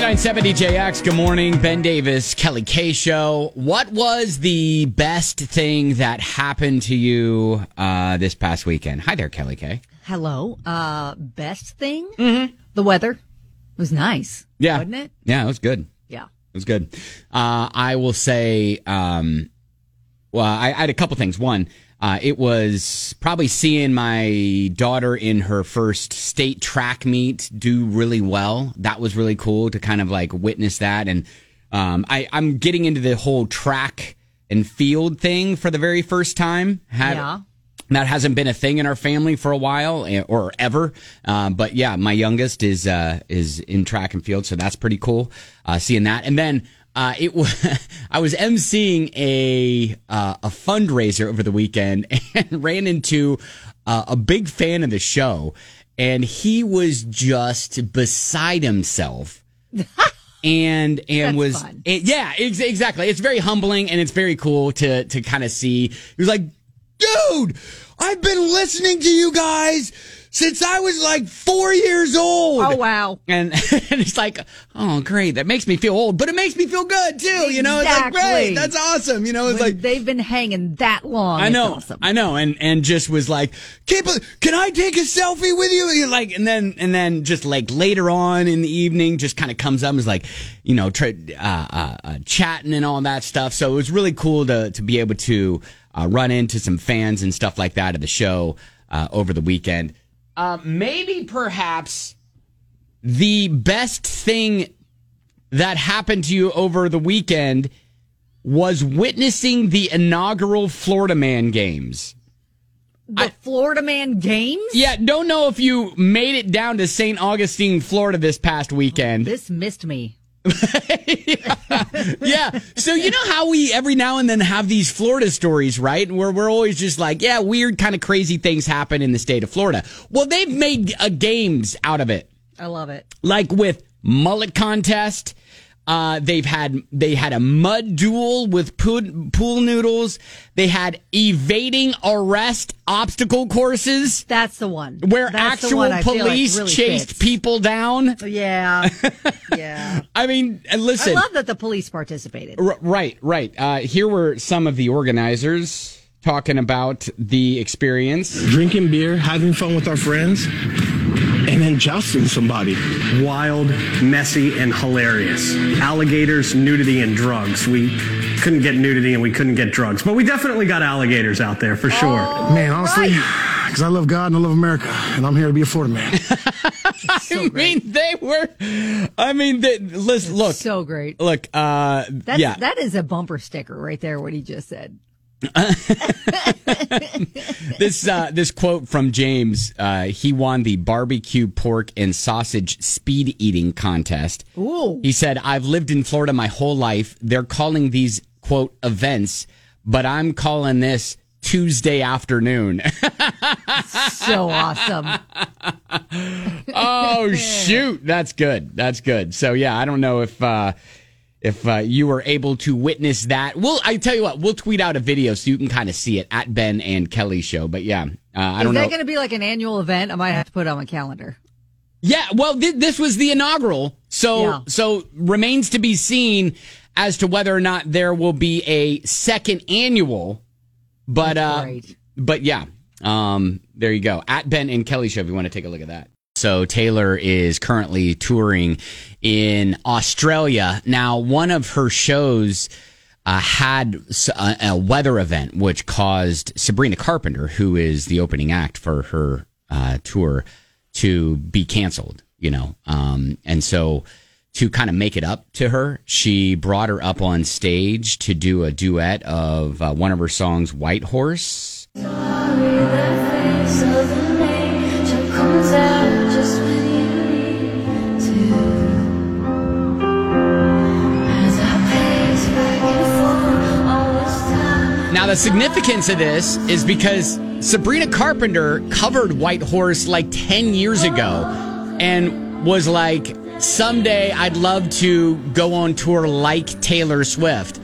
99.7 JX. Good morning, Ben Davis, Kelly K Show. What was the best thing that happened to you uh, this past weekend? Hi there, Kelly K. Hello. Uh, best thing? Mm-hmm. The weather was nice. Yeah, Wasn't it? Yeah, it was good. It Yeah. was good. Uh, I will say, um, well, I, I had a couple things. One, uh, it was probably seeing my daughter in her first state track meet do really well. That was really cool to kind of like witness that. And um, I, I'm getting into the whole track and field thing for the very first time. Had, Yeah. that hasn't been a thing in our family for a while eh, or ever. Um, but yeah, my youngest is uh, is in track and field, so that's pretty cool uh, seeing that. And then uh, it was I was emceeing a uh, a fundraiser over the weekend and ran into uh, a big fan of the show, and he was just beside himself and That's and was fun. it- yeah ex- exactly it's very humbling and it's very cool to to kind of see he was like dude i've been listening to you guys since i was like four years old Oh, wow. and, and it's like oh great that makes me feel old but it makes me feel good too you know it's like great Exactly. that's awesome you know it's When like they've been hanging that long. I it's know, awesome. I know, and and just was like, can, can I take a selfie with you? And you're like, and then and then just like later on in the evening, just kind of comes up and is like, you know, tra- uh, uh, uh, chatting and all that stuff. So it was really cool to to be able to uh, run into some fans and stuff like that at the show uh, over the weekend. Uh, maybe perhaps the best thing that happened to you over the weekend was witnessing the inaugural Florida Man games. the Florida Man Games? Yeah, don't know if you made it down to St. Augustine, Florida this past weekend. This missed me. Yeah. So you know how we every now and then have these Florida stories, right? Where we're always just like, yeah, weird kind of crazy things happen in the state of Florida. Well, they've made uh, games out of it. I love it. like with mullet contest. Uh, they've had they had a mud duel with pool, pool noodles. They had evading arrest obstacle courses That's the one. where That's the actual one I feel like police really chased fits. people down. Yeah. yeah. I mean, and I listen, love that the police participated. r- right, right. Uh, here were some of the organizers talking about the experience. drinking beer, having fun with our friends, and then jousting somebody. wild, messy, and hilarious. Alligators, nudity, and drugs. We couldn't get nudity and we couldn't get drugs, but we definitely got alligators out there for sure. Man, honestly, because I love God and I love America, and I'm here to be a Florida man. So I great. mean, they were. I mean, they, listen, look, so great. look. Uh, That's, yeah, That is a bumper sticker right there, what he just said. this uh, this quote from James. Uh, he won the barbecue pork and sausage speed eating contest. Ooh. He said, "I've lived in Florida my whole life. They're calling these quote events, but I'm calling this." Tuesday afternoon. So awesome. oh shoot, that's good. That's good. So yeah, I don't know if uh if uh, you were able to witness that. Well, I tell you what, we'll tweet out a video so you can kind of see it at Ben and Kelly show. But yeah, uh, I Is don't know. that going to be like an annual event? I might have to put it on my calendar. Yeah, well, thi- this was the inaugural, so Yeah. so remains to be seen as to whether or not there will be a second annual. But uh, Right. but yeah, um, there you go. At Ben and Kelly show, if you want to take a look at that. So Taylor is currently touring in Australia. Now, one of her shows uh, had s- a, a weather event, which caused Sabrina Carpenter, who is the opening act for her uh, tour, to be canceled. You know, um, and so to kind of make it up to her, she brought her up on stage to do a duet of uh, one of her songs, "White Horse." Now, the significance of this is because Sabrina Carpenter covered White Horse like 10 years ago and was like, someday I'd love to go on tour like Taylor Swift.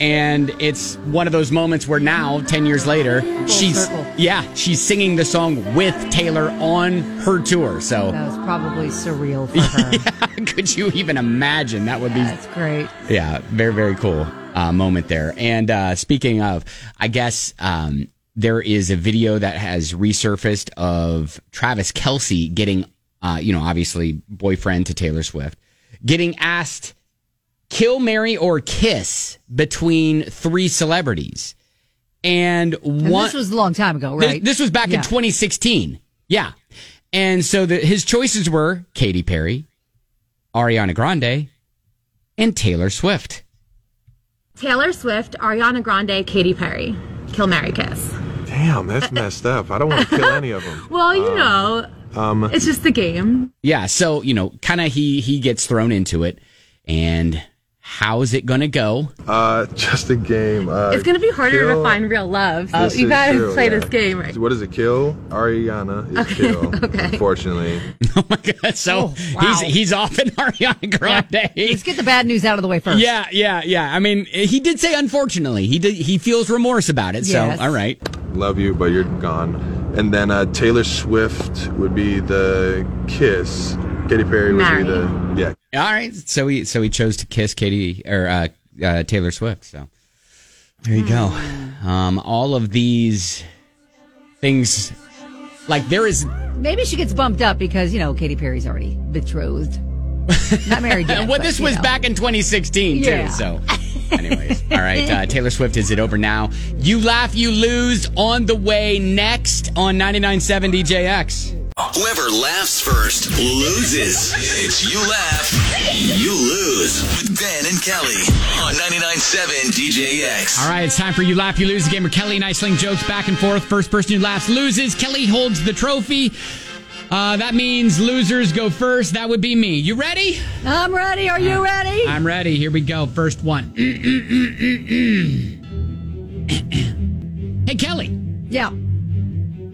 And it's one of those moments where now, 10 years later, she's circle. yeah, she's singing the song with Taylor on her tour. So, That was probably surreal for her. could you even imagine? That would be That's great. yeah, very very cool uh, moment there. And uh, speaking of, I guess um, there is a video that has resurfaced of Travis Kelsey getting, uh, you know, obviously boyfriend to Taylor Swift, getting asked kill, marry, or kiss between three celebrities, and And one. this was a long time ago, This- right? This, was back Yeah. in 2016. Yeah. And so the, his choices were Katy Perry, Ariana Grande, and Taylor Swift. Taylor Swift, Ariana Grande, Katy Perry. Kill Mary Kiss. Damn, that's messed up. I don't want to kill any of them. Well, you know, um, it's just the game. Yeah, so you know, kind of he he gets thrown into it, and how's it gonna go? Uh, just a game. Uh, It's gonna be harder kill- to find real love. So this you is gotta true, play yeah. this game, right? What is it? Kill Ariana is kill. okay. Unfortunately, Oh my god! So Oh, wow. he's he's off in Ariana Grande. Let's get the bad news out of the way first. Yeah, yeah, yeah. I mean, he did say unfortunately he did he feels remorse about it. Yes. So all right, love you, but you're gone. And then uh, Taylor Swift would be the kiss. Katy Perry would Marry. be the yeah. all right. So he so he chose to kiss Katie or uh, uh, Taylor Swift. So there you go. Ah. Um, all of these things, like there is Maybe she gets bumped up because, you know, Katy Perry's already betrothed. Not married yet. And well, but, this you was know. back in 2016 Yeah. too. So, anyways, all right. Uh, Taylor Swift is it over now? You laugh, you lose. On the way next on 99.7 DJX. Whoever laughs first loses. It's you laugh, you lose. With Ben and Kelly on 99.7 DJX. All right, it's time for you laugh, you lose. The game where Kelly and I sling jokes back and forth. First person who laughs loses. Kelly holds the trophy. Uh, that means losers go first. That would be me. You ready? I'm ready. Are you ready? I'm ready. Here we go. First one. hey, Kelly. yeah.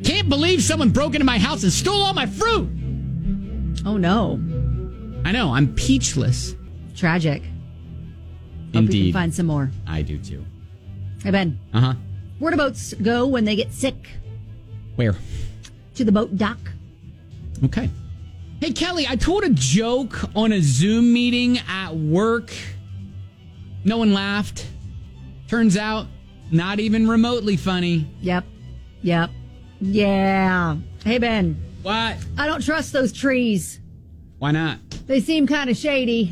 Can't believe someone broke into my house and stole all my fruit. Oh, no. I know, I'm peachless. Tragic. Hope you can Indeed. find some more. I do too. Hey, Ben. Uh huh. Where do boats go when they get sick? Where? To the boat dock. Okay. Hey, Kelly, I told a joke on a Zoom meeting at work. No one laughed. Turns out, not even remotely funny. Yep. Yep. Yeah. Hey, Ben. What? I don't trust those trees. Why not? They seem kind of shady.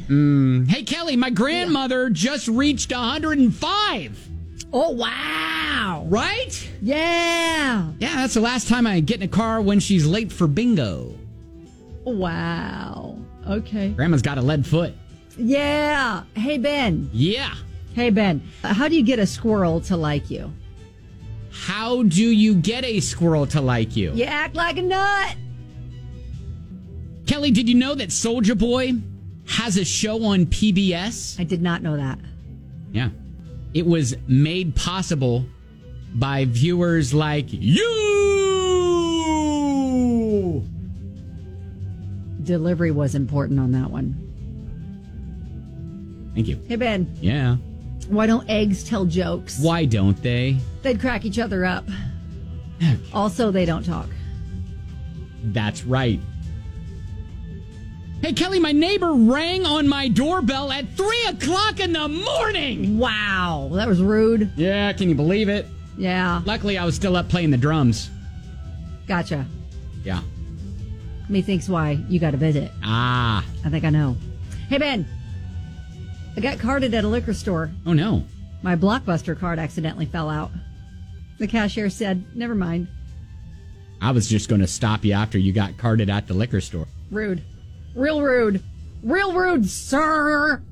Hey, Kelly, my grandmother just reached 105, Oh, wow. right? Yeah. Yeah, that's the last time I get in a car when she's late for bingo. Oh, Wow. Okay. Grandma's got a lead foot. Yeah. Hey, Ben. Yeah. Hey, Ben. Uh, How do you get a squirrel to like you? How do you get a squirrel to like you? You act like a nut. Kelly, did you know that Soldier Boy has a show on PBS? I did not know that. Yeah. It was made possible by viewers like you. Delivery was important on that one. Thank you. Hey, Ben. Yeah. Why don't eggs tell jokes? Why don't they? They'd crack each other up. Also, they don't talk. That's right. Hey, Kelly, my neighbor rang on my doorbell at 3 o'clock in the morning. Wow. That was rude. Yeah, can you believe it? Yeah. Luckily, I was still up playing the drums. Gotcha. Yeah. Methinks why you got to visit. Ah. I think I know. Hey, Ben. I got carded at a liquor store. Oh, no. My Blockbuster card accidentally fell out. The cashier said, never mind. I was just going to stop you after you got carded at the liquor store. Rude. Real rude. Real rude, sir.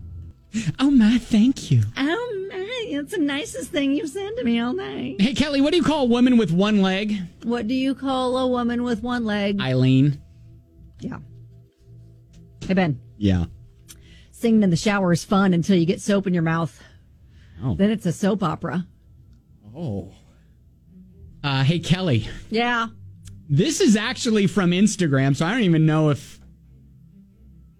Oh my, thank you. Oh, my. It's the nicest thing you've said to me all night. Hey Kelly, what do you call a woman with one leg? What do you call a woman with one leg? Eileen. yeah. Hey, Ben. Yeah. Singing in the shower is fun until you get soap in your mouth. Oh. Then it's a soap opera. Oh. Uh, hey Kelly, Yeah. this is actually from Instagram, so I don't even know if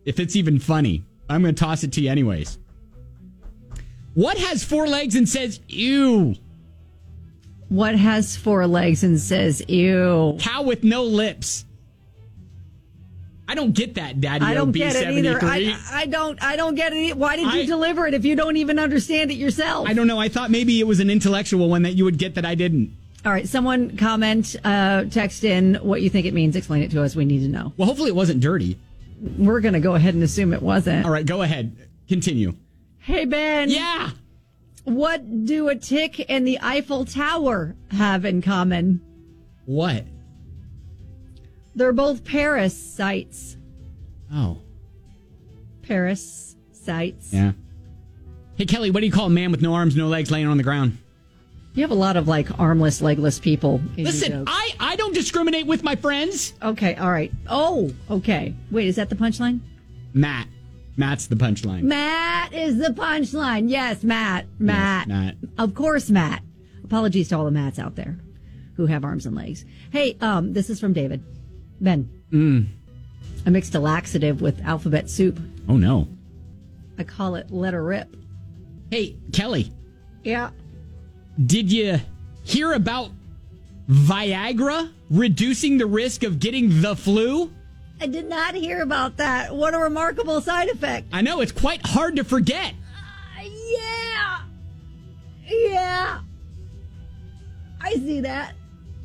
if it's even funny. I'm going to toss it to you anyways. What has four legs and says ew? What has four legs and says ew? Cow with no lips. I don't get that, Daddy. I don't OB get it 73. either. I, I don't. I don't get it. Why did you E I- deliver it if you don't even understand it yourself? I don't know. I thought maybe it was an intellectual one that you would get that I didn't. All right, someone comment, uh, text in what you think it means. Explain it to us. We need to know. Well, hopefully it wasn't dirty. We're gonna go ahead and assume it wasn't. All right, go ahead. Continue. Hey Ben. Yeah. What do a tick and the Eiffel Tower have in common? What? They're both Paris sites. Oh. Paris sites. Yeah. Hey Kelly, what do you call a man with no arms, no legs, laying on the ground? You have a lot of like armless, legless people. in your Listen, jokes. I I don't discriminate with my friends. okay, all right. Oh, okay. Wait, is that the punchline? Matt, Matt's the punchline. Matt is the punchline. Yes, Matt. Matt. Matt. Of course, Matt. Apologies to all the Matts out there who have arms and legs. Hey, um, this is from David. Ben. I mixed a laxative with alphabet soup. Oh no. I call it let her rip. Hey Kelly, Yeah. did you hear about Viagra reducing the risk of getting the flu? I did not hear about that. What a remarkable side effect. I know it's quite hard to forget. Yeah. Yeah. I see that.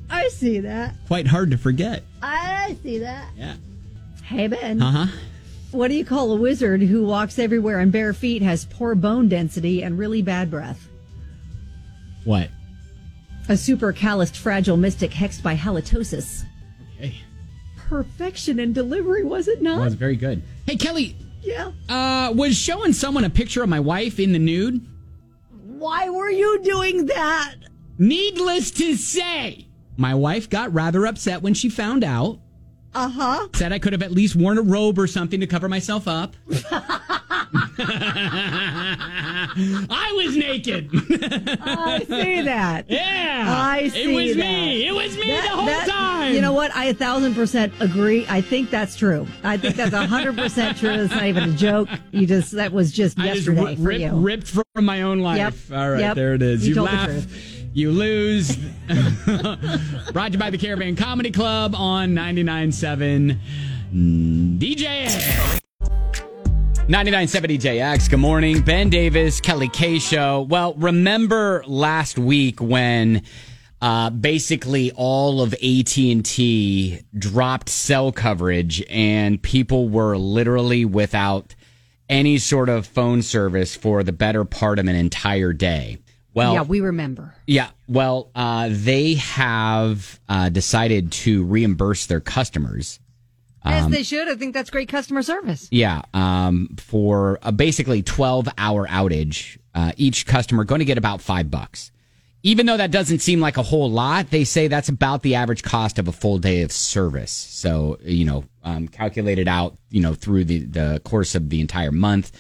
I see that. Quite hard to forget. I see that. Yeah. Hey, Ben. Uh huh. What do you call a wizard who walks everywhere on bare feet, has poor bone density, and really bad breath? What? A super calloused, fragile mystic hexed by halitosis. Hey, Perfection in delivery, was it not? that was very good. Hey Kelly, Yeah. uh, was showing someone a picture of my wife in the nude. Why were you doing that? Needless to say, my wife got rather upset when she found out. Uh huh. Said I could have at least worn a robe or something to cover myself up. I was naked. I see that. yeah. I see It was that. me. It was me That- the whole that- time. You know what? I a thousand percent agree. I think that's true. I think that's a hundred percent true. It's not even a joke. You just that was just I just yesterday ri- for rip- you. ripped from my own life. Yep. All right, Yep. there it is. You You, told the laugh, you lose. Brought to you by the Caravan Comedy Club on 99.7 DJX. 99.7 DJX. Good morning. Ben Davis, Kelly K. Show. Well, remember last week when uh, basically all of AT&T dropped cell coverage and people were literally without any sort of phone service for the better part of an entire day. Well, yeah, we remember. yeah. Well, uh, they have uh, decided to reimburse their customers. Um, As they should. I think that's great customer service. Yeah. Um, for a basically 12 hour outage, uh, each customer going to get about five bucks. Even though that doesn't seem like a whole lot, they say that's about the average cost of a full day of service. So, you know, um, calculated out, you know, through the, the course of the entire month,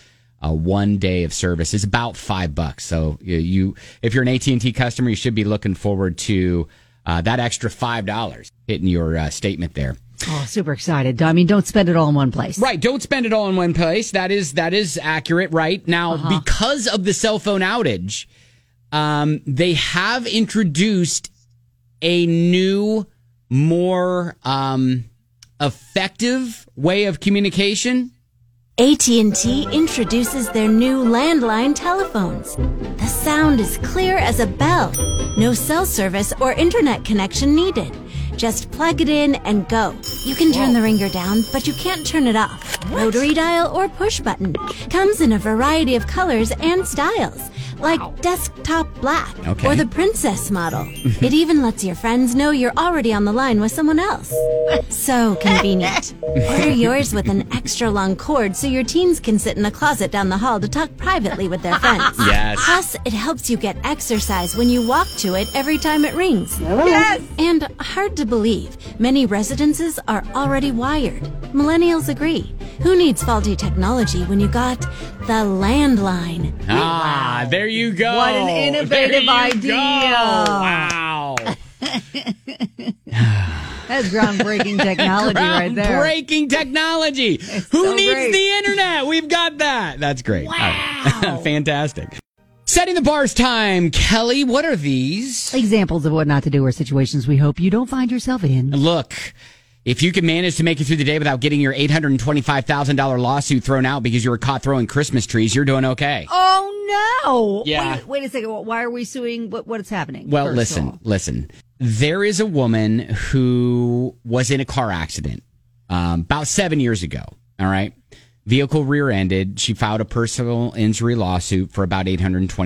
uh, one day of service is about five bucks. So you- you, if you're an AT&T customer, you should be looking forward to uh, that extra $5 hitting your uh, statement there. Oh, super excited. I mean, don't spend it all in one place. Right, don't spend it all in one place. That is that is accurate. Right now, Uh-huh. because of the cell phone outage, um, they have introduced a new, more um, effective way of communication. AT&T introduces their new landline telephones. The sound is clear as a bell. No cell service or internet connection needed. Just plug it in and go. You can turn the ringer down, but you can't turn it off. Rotary dial or push button. Comes in a variety of colors and styles, like desktop black Okay. or the princess model. it even lets your friends know you're already on the line with someone else. So convenient. Order yours with an extra long cord so your teens can sit in a closet down the hall to talk privately with their friends. Yes. Plus, it helps you get exercise when you walk to it every time it rings. Yes. And hard to believe, many residences are already wired. Millennials agree. Who needs faulty technology when you got the landline? Ah, there you go. What an There innovative you idea. go. Wow. That's groundbreaking technology right there. Groundbreaking technology. Who so needs great. the internet? We've got that. That's great. Wow. Fantastic. Setting the bars time, Kelly. What are these? Examples of what not to do or situations we hope you don't find yourself in. Look, if you can manage to make it through the day without getting your $825,000 lawsuit thrown out because you were caught throwing Christmas trees, you're doing okay. Oh no! Yeah. Wait, wait a second. Why are we suing? What, what is happening? Well, first of listen, all? listen. There is a woman who was in a car accident um, about seven years ago. All right. Vehicle rear ended. She filed a personal injury lawsuit for about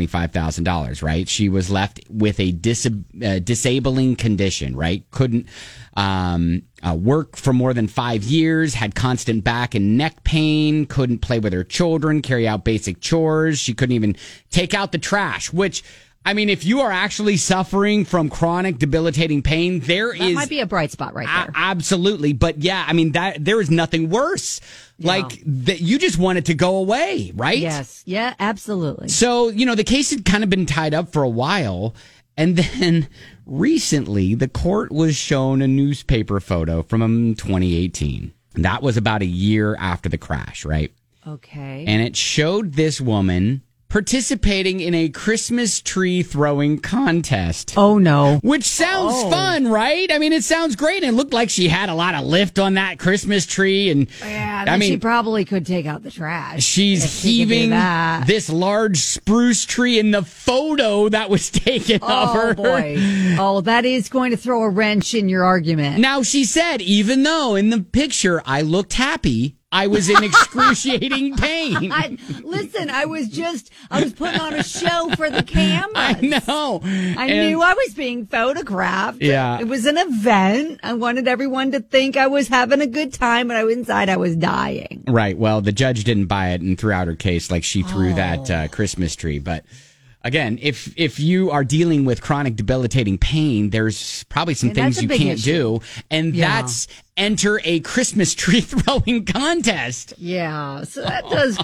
$825,000, right? She was left with a dis- uh, disabling condition, right? Couldn't um, uh, work for more than five years, had constant back and neck pain, couldn't play with her children, carry out basic chores. She couldn't even take out the trash, which I mean, if you are actually suffering from chronic debilitating pain, there is that might be a bright spot right a- there. absolutely. But yeah, I mean that there is nothing worse. Like that, you just want it to go away, right? yes. Yeah. Absolutely. So you know the case had kind of been tied up for a while, and then recently the court was shown a newspaper photo from um, 2018. And That was about a year after the crash, right? Okay. And it showed this woman participating in a Christmas tree throwing contest. oh no. Which sounds Oh. fun, right? I mean, it sounds great. And it looked like she had a lot of lift on that Christmas tree. And Yeah, I then she mean, probably could take out the trash. if she's she could do heaving that. this large spruce tree in the photo that was taken of Oh her. boy! Oh, that is going to throw a wrench in your argument. Now, she said, even though in the picture I looked happy, I was in excruciating pain. I, listen, I was just I was putting on a show for the camera. I know. I And- knew I was being photographed. Yeah. It was an event. I wanted everyone to think I was having a good time, but I was inside I was dying. Right. Well, the judge didn't buy it, and throughout her case, like she threw that Oh. uh, Christmas tree. But again, if if you are dealing with chronic debilitating pain, there's probably some Yeah, that's things a you big can't issue. do, and Yeah. that's enter a Christmas tree throwing contest. Yeah. So that does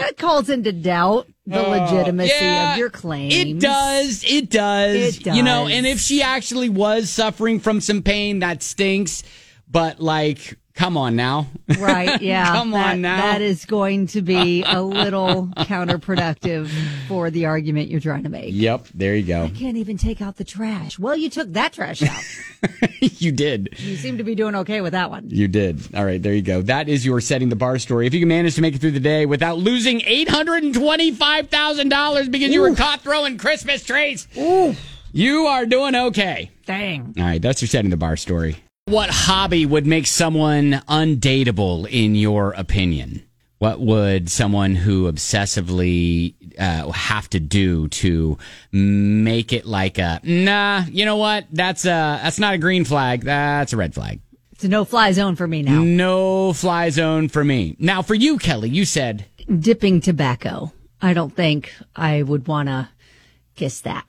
that calls into doubt the legitimacy Yeah, of your claims. It does. It does. It You know, does. and if she actually was suffering from some pain, that stinks. But like, come on now. Right. Yeah. Come that, on now. That is going to be a little counterproductive for the argument you're trying to make. Yep, there you go. Can't even take out the trash. Well, you took that trash out. you did. you seem to be doing okay with that one. You did. All right, there you go. That is your setting the bar story. If you can manage to make it through the day without losing eight hundred and twenty-five thousand dollars because you were caught throwing Christmas trees, you are doing okay. Dang. All right, that's your setting the bar story. What hobby would make someone undateable, in your opinion? What would someone who obsessively uh, have to do to make it like a nah? You know what? That's a that's not a green flag. That's a red flag. It's a no fly zone for me now. No fly zone for me. Now, for you, Kelly, you said Dipping tobacco. I don't think I would want to kiss that.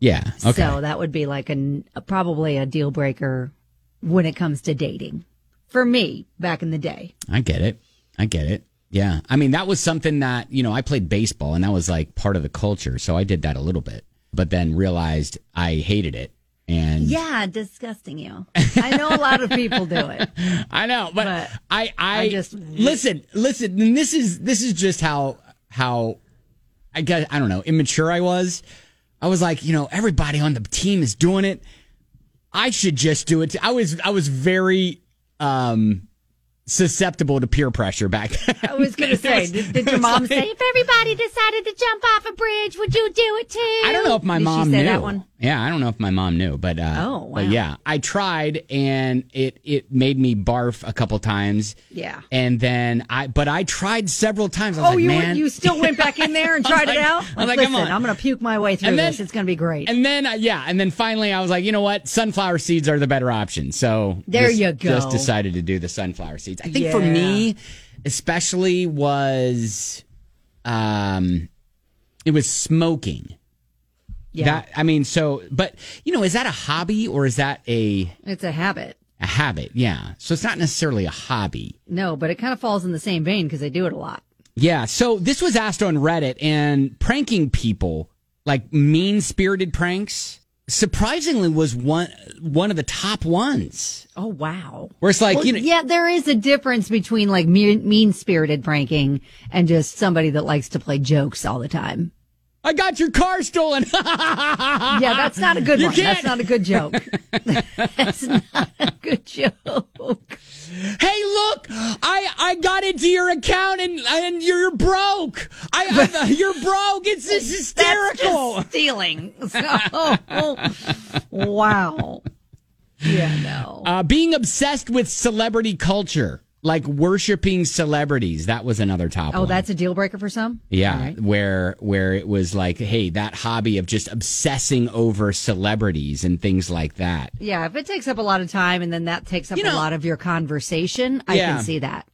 yeah. Okay. So that would be like an, a, probably a deal breaker when it comes to dating for me back in the day. I get it. I get it. Yeah. I mean, that was something that, you know, I played baseball and that was like part of the culture. So I did that a little bit, but then realized I hated it. And Yeah, disgusting you. I know a lot of people do it. I know, but, But I, I, I just- listen, listen. And this is this is just how how I guess I don't know immature I was. I was like, you know, everybody on the team is doing it. I should just do it. too. I was I was very um susceptible to peer pressure back. then. I was going to say, did, did your mom say, if everybody decided to jump off a bridge, would you do it too? I don't know if my Did she mom say knew. that one? Yeah, I don't know if my mom knew, but uh, Oh, but wow. yeah, I tried and it it made me barf a couple times. Yeah. and then I but I tried several times. I was Oh, like, you man, you still went back in there and I was tried like- it out? I was like, Listen, come on. I'm going to puke my way through And then- this. It's going to be great. And then uh, yeah, and then finally I was like, you know what, sunflower seeds are the better option. So There just- you go. Just decided to do the sunflower seeds. I think for Yeah. me, especially was, um, it was smoking. yeah, That I mean, so but you know, is that a hobby or is that a it's a habit. a habit? Yeah. So it's not necessarily a hobby. No, but it kind of falls in the same vein because they do it a lot. Yeah. So this was asked on Reddit and pranking people, like mean spirited pranks, surprisingly was one one of the top ones. Oh wow. Where it's like, Well, you know yeah, there is a difference between like mean spirited pranking and just somebody that likes to play jokes all the time. I got your car stolen. Yeah, that's not a good Uh-huh. You one. can't- That's not a good joke. that's not a good joke. hey, look, I I got into your account and and you're broke. I, I you're broke. It's this That's hysterical. just stealing. So, wow. Yeah, no. Uh, being obsessed with celebrity culture, like worshiping celebrities, that was another topic. Oh, that's a deal breaker for some? yeah, where where it was like, hey, that hobby of just obsessing over celebrities and things like that. Yeah, if it takes up a lot of time and then that takes up a know- lot of your conversation, I Yeah. can see that.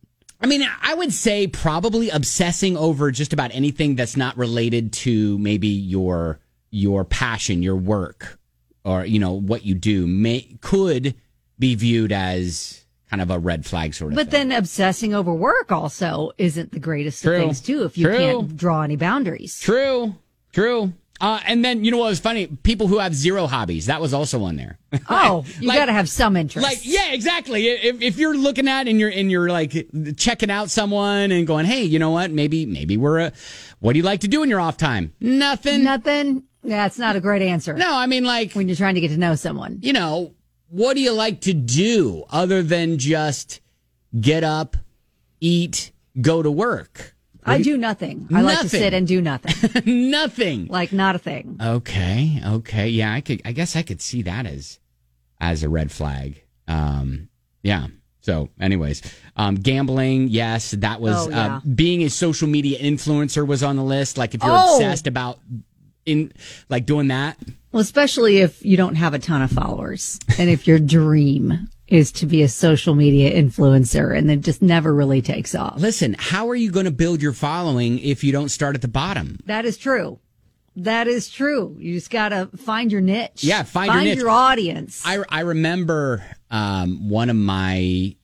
I mean, I would say probably obsessing over just about anything that's not related to maybe your your passion, your work, or you know what you do may could be viewed as kind of a red flag sort of But thing. then obsessing over work also isn't the greatest True. of things too if you True. can't draw any boundaries. true, true. Uh, and then you know what was funny? People who have zero hobbies. That was also on there. Oh, you Like- got to have some interest. Like, yeah, exactly. If, if you're looking at and you're and you're like checking out someone and going, hey, you know what? Maybe maybe we're a. What do you like to do in your off time? Nothing. Nothing. That's not a great answer No, I mean like when you're trying to get to know someone. you know, what do you like to do other than just get up, eat, go to work? I do nothing. I like to Nothing. sit and do nothing. Nothing. like not a thing. Okay, okay. Yeah, I could I guess I could see that as as a red flag. Um yeah. So anyways, um gambling, yes, that was Oh, yeah. uh, being a social media influencer was on the list like if you're Oh. obsessed about in like doing that. Well, especially if you don't have a ton of followers and if your dream is to be a social media influencer and it just never really takes off. Listen, how are you going to build your following if you don't start at the bottom? That is true. That is true. You just got to find your niche. Yeah, find your niche. audience. I, I remember um, one of my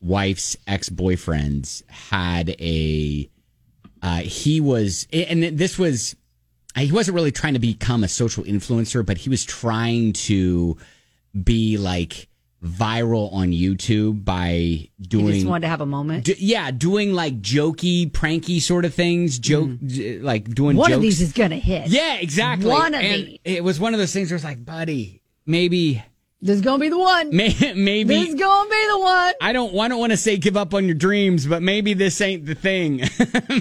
wife's ex boyfriends had a. Uh, he was, and this was, uh, he wasn't really trying to become a social influencer, but he was trying to be like viral on YouTube by you just doing. wanted to have a moment. d- yeah, doing like jokey, pranky sort of things, joke, j- like doing Mm-hmm. One jokes. of these is going to hit. yeah, exactly. One of and these. It was one of those things where it's like, buddy, maybe, This is going to be the one. may, maybe This is going to be the one. I don't I don't want to say give up on your dreams, but maybe this ain't the thing.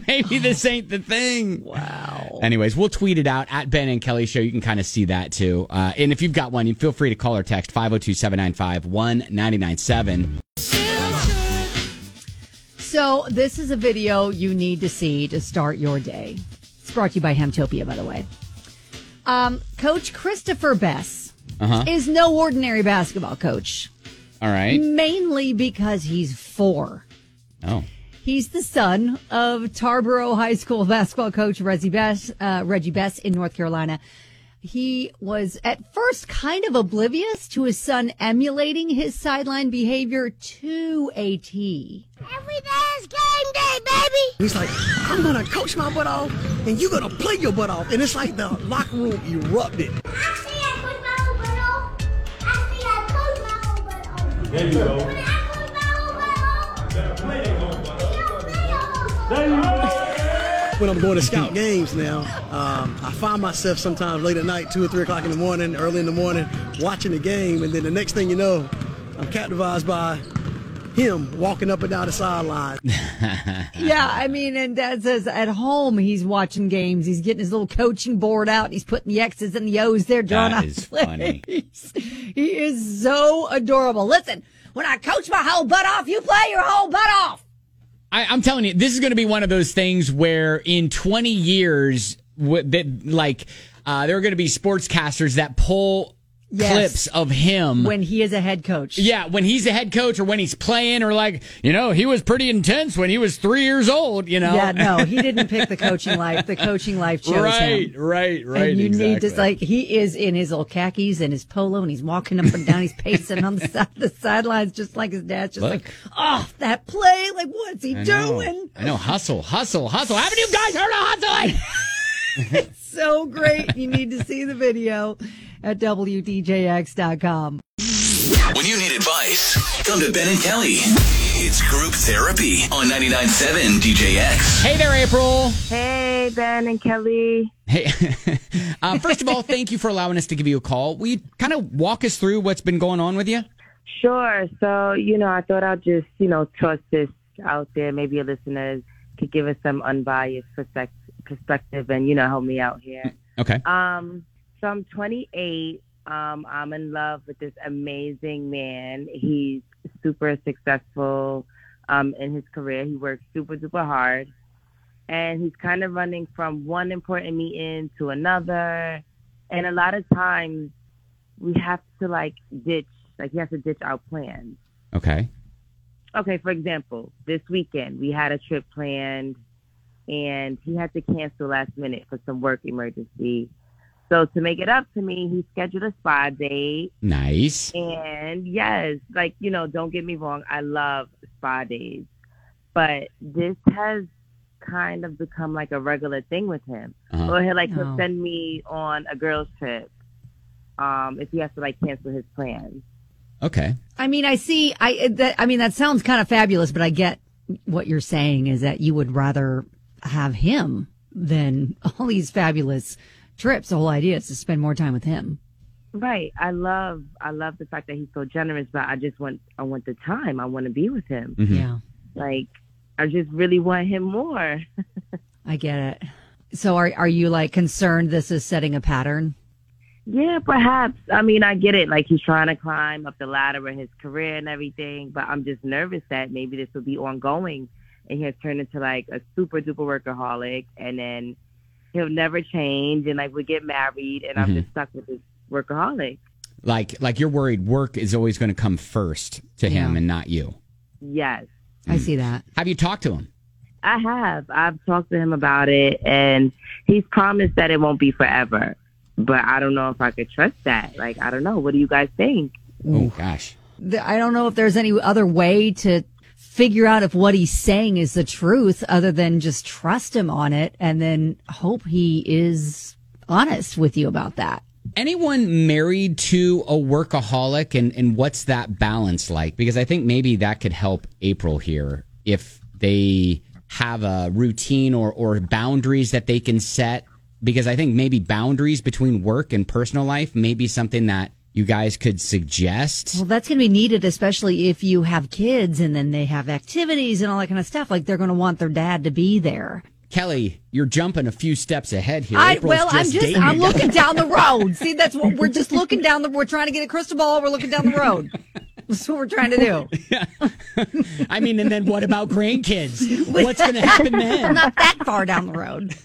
maybe this ain't the thing. Wow. Anyways, we'll tweet it out at Ben and Kelly Show. You can kind of see that too. Uh, and if you've got one, you feel free to call or text 502 795 1997. So, this is a video you need to see to start your day. It's brought to you by Hemtopia, by the way. Um, coach Christopher Bess Uh-huh. is no ordinary basketball coach, All right. mainly because he's four. Oh. He's the son of Tarboro High School basketball coach Reggie Bess, uh, Reggie Bess in North Carolina. He was at first kind of oblivious to his son emulating his sideline behavior to a T. Every day is game day, baby! He's like, I'm gonna coach my butt off, and you're gonna play your butt off. And it's like the locker room erupted. Actually, I put my own butt on. Actually, I put my own butt on. There you go. When I put my own butt on, you don't play your own butt on. When I'm going to scout games now, um, I find myself sometimes late at night, two or three o'clock in the morning, early in the morning, watching the game, and then the next thing you know, I'm captivated by him walking up and down the sideline. Yeah, I mean, and Dad says at home he's watching games. He's getting his little coaching board out. And he's putting the X's and the O's there, drawing That out is plays. funny. He is so adorable. Listen, when I coach my whole butt off, you play your whole butt off. I, I'm telling you, this is going to be one of those things where in 20 years, wh- that, like, uh, there are going to be sportscasters that pull Yes. clips of him. When he is a head coach. Yeah, when he's a head coach or when he's playing or like, you know, he was pretty intense when he was three years old, you know? Yeah, no, he didn't pick the coaching life. The coaching life chose right, him. right, right. and you exactly. need to like he is in his little khakis and his polo, and he's walking up and down. He's pacing on the side the sidelines, just like his dad's just like, oh, that play! Like, what's he I know. doing? I know, hustle, hustle, hustle. Haven't you guys heard of hustling? So great! You need to see the video at wdjx.com. When you need advice, come to Ben and Kelly. It's group therapy on 99.7 DJX. Hey there, April. Hey, Ben and Kelly. Hey. uh, first of all, thank you for allowing us to give you a call. Will you kind of walk us through what's been going on with you? Sure. So, you know, I thought I'd just, you know, toss this out there. Maybe your listeners could give us some unbiased persec- perspective and, you know, help me out here. Okay. Um, so I'm 28. Um, I'm in love with this amazing man. He's super successful um, in his career. He works super duper hard, and he's kind of running from one important meeting to another. And a lot of times, we have to like ditch. Like he has to ditch our plans. Okay. Okay, for example, this weekend we had a trip planned and he had to cancel last minute for some work emergency. So to make it up to me, he scheduled a spa date. Nice. And yes, like, you know, don't get me wrong, I love spa days. But this has kind of become like a regular thing with him. Uh-huh. Or he'll like Oh. he'll send me on a girls trip. Um, if he has to like cancel his plans. Okay. I mean, I see. I that, I mean, that sounds kind of fabulous, but I get what you're saying is that you would rather have him than all these fabulous trips. The whole idea is to spend more time with him. Right. I love I love the fact that he's so generous, but I just want I want the time. I want to be with him. Yeah, Like I just really want him more. I get it. So, are are you like concerned this is setting a pattern? Yeah, perhaps. I mean, I get it. Like he's trying to climb up the ladder in his career and everything, but I'm just nervous that maybe this will be ongoing and he'll turn into like a super duper workaholic and then he'll never change and like we get married and I'm just stuck with this workaholic. Like like you're worried work is always going to come first to him Yeah. and not you. Yes. I see that. Have you talked to him? I have. I've talked to him about it, and he's promised that it won't be forever. But I don't know if I could trust that. Like, I don't know. What do you guys think? Oh gosh. Th- I don't know if there's any other way to figure out if what he's saying is the truth other than just trust him on it and then hope he is honest with you about that. Anyone married to a workaholic and and what's that balance like? Because I think maybe that could help April here if they have a routine or or boundaries that they can set because I think maybe boundaries between work and personal life may be something that you guys could suggest. Well, that's going to be needed, especially if you have kids and then they have activities and all that kind of stuff. Like they're going to want their dad to be there. Kelly, you're jumping a few steps ahead here. I, April's well, I'm just, dating a I'm guy. looking down the road. See, that's what we're just looking down the, we're trying to get a crystal ball. We're looking down the road. That's what we're trying to do. I mean, and then what about grandkids? What's going to happen then? Not that far down the road.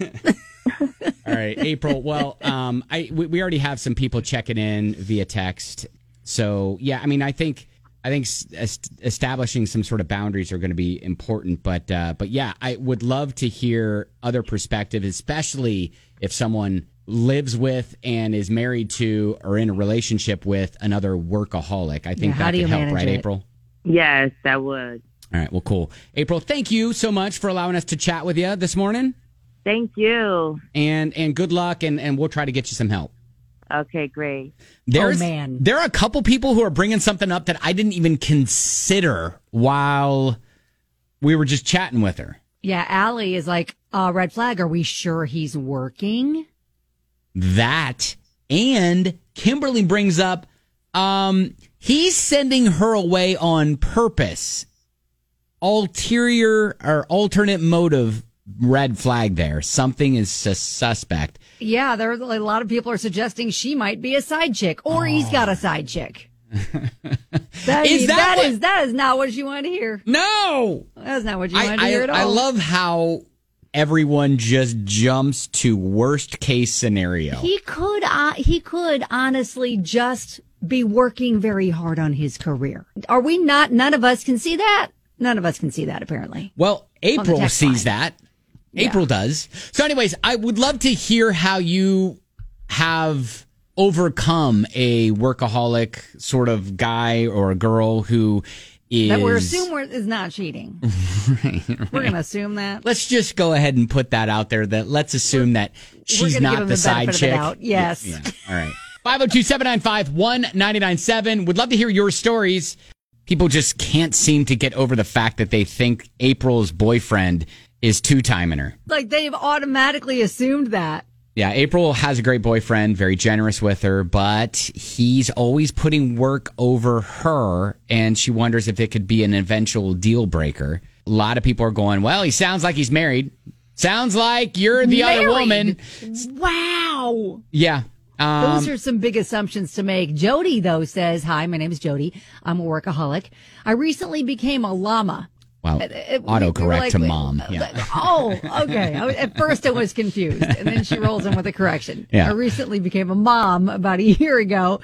All right, April. Well, um, I we, we already have some people checking in via text. So yeah, I mean, I think I think s- est- establishing some sort of boundaries are going to be important. But uh, but yeah, I would love to hear other perspective, especially if someone lives with and is married to or in a relationship with another workaholic. I think how that do could you help, manage right, it? April? Yes, that would. All right. Well, cool. April, thank you so much for allowing us to chat with you this morning, Thank you. and and good luck, and and we'll try to get you some help. Okay, great. There's, Oh, man. there are a couple people who are bringing something up that I didn't even consider while we were just chatting with her. Yeah, Allie is like, uh, red flag. Are we sure he's working? That and Kimberly brings up, um, he's sending her away on purpose. Ulterior or alternate motive red flag there. Something is sus- suspect. Yeah, there are a lot of people are suggesting she might be a side chick, or he's got a side chick. That Is is that that what- is that is not what you want to hear. No, That's not what you I, want to hear I, at all. I love how everyone just jumps to worst case scenario. He could uh, he could honestly just be working very hard on his career. Are we not? None of us can see that. None of us can see that. Apparently, Well, April text sees line. that. April does. So, anyways, I would love to hear how you have overcome a workaholic sort of guy or a girl who is. that we're assume we're, is not cheating. We're gonna assume that. Let's just go ahead and put that out there. That let's assume that we're she's gonna not give him the, side benefit chick. Of the doubt. Yes. oh All right. 502 795 1997. Would love to hear your stories. People just can't seem to get over the fact that they think April's boyfriend is two timing her. Like they've automatically assumed that. Yeah, April has a great boyfriend, very generous with her, but he's always putting work over her, and she wonders if it could be an eventual deal breaker. A lot of people are going, Well, he sounds like he's married. Sounds like you're the other woman. Wow. Yeah. Um, Those are some big assumptions to make. Jody, though, says, Hi, my name is Jody. I'm a workaholic. I recently became a llama. well, It- we- we were autocorrect like, to wait, mom. uh, Yeah. like, oh, okay. I was- at first I was confused. And then she rolls in with a correction. Yeah. I recently became a mom about a year ago.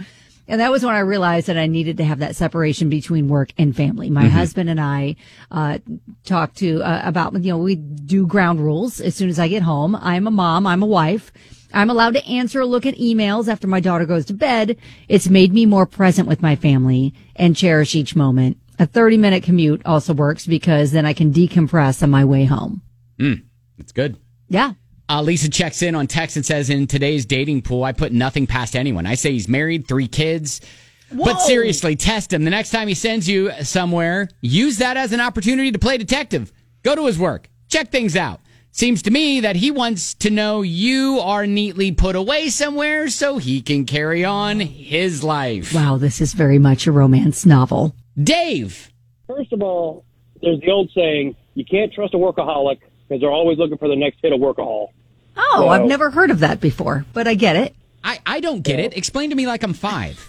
And that was when I realized that I needed to have that separation between work and family. My husband and I uh, talked to uh, about, you know, we do ground rules as soon as I get home. I'm a mom, I'm a wife. I'm allowed to answer or look at emails after my daughter goes to bed. It's made me more present with my family and cherish each moment. A 30 minute commute also works because then I can decompress on my way home. That's good. Yeah. Uh, Lisa checks in on text and says, In today's dating pool, I put nothing past anyone. I say he's married, three kids. Whoa. But seriously, test him. The next time he sends you somewhere, use that as an opportunity to play detective. Go to his work, check things out. Seems to me that he wants to know you are neatly put away somewhere so he can carry on his life. Wow, this is very much a romance novel. Dave. First of all, there's the old saying you can't trust a workaholic because they're always looking for the next hit of workahol. Oh, I've never heard of that before, but I get it. I, I don't get it. Explain to me like I'm five.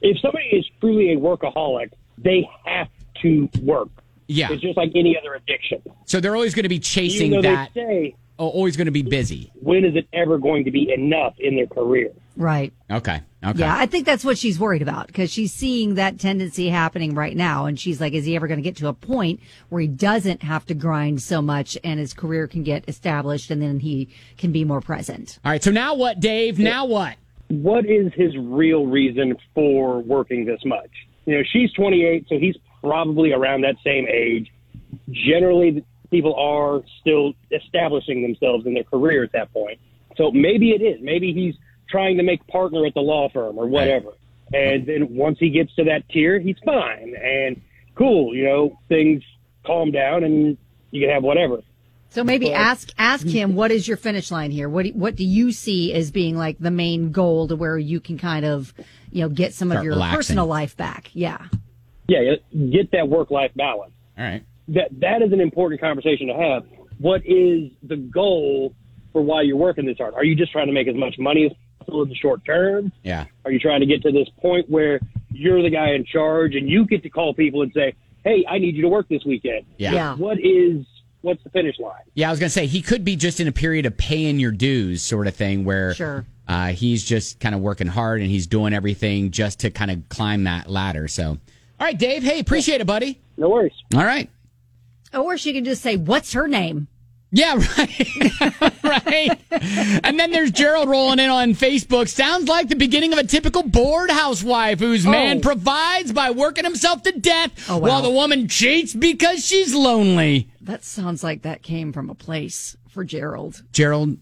If somebody is truly a workaholic, they have to work. Yeah. It's just like any other addiction. So they're always going to be chasing Even though that, they say, oh, always going to be busy. when is it ever going to be enough in their career? Right. Okay. Okay. Yeah, I think that's what she's worried about because she's seeing that tendency happening right now. And she's like, is he ever going to get to a point where he doesn't have to grind so much and his career can get established and then he can be more present? All right. So now what, Dave? Now what? What is his real reason for working this much? You know, she's 28, so he's probably around that same age. Generally, people are still establishing themselves in their career at that point. So maybe it is. Maybe he's trying to make partner at the law firm or whatever. And then once he gets to that tier, he's fine and cool. You know, things calm down and you can have whatever. So maybe ask ask him what is your finish line here? What do, what do you see as being like the main goal to where you can kind of, you know, get some of Start your relaxing. personal life back? Yeah. Yeah, get that work life balance. All right. that that is an important conversation to have. What is the goal for why you're working this hard? Are you just trying to make as much money as possible in the short term? Yeah. Are you trying to get to this point where you're the guy in charge and you get to call people and say, "Hey, I need you to work this weekend." Yeah. Yeah. What is what's the finish line? Yeah, I was gonna say he could be just in a period of paying your dues sort of thing, where Sure. uh, he's just kind of working hard and he's doing everything just to kind of climb that ladder. So, all right, Dave. Hey, appreciate it, buddy. No worries. All right. Or she can just say, what's her name? Yeah, right. right. And then there's Gerald rolling in on Facebook. Sounds like the beginning of a typical board housewife whose man Oh. provides by working himself to death Oh, wow. while the woman cheats because she's lonely. That sounds like that came from a place for Gerald. Gerald,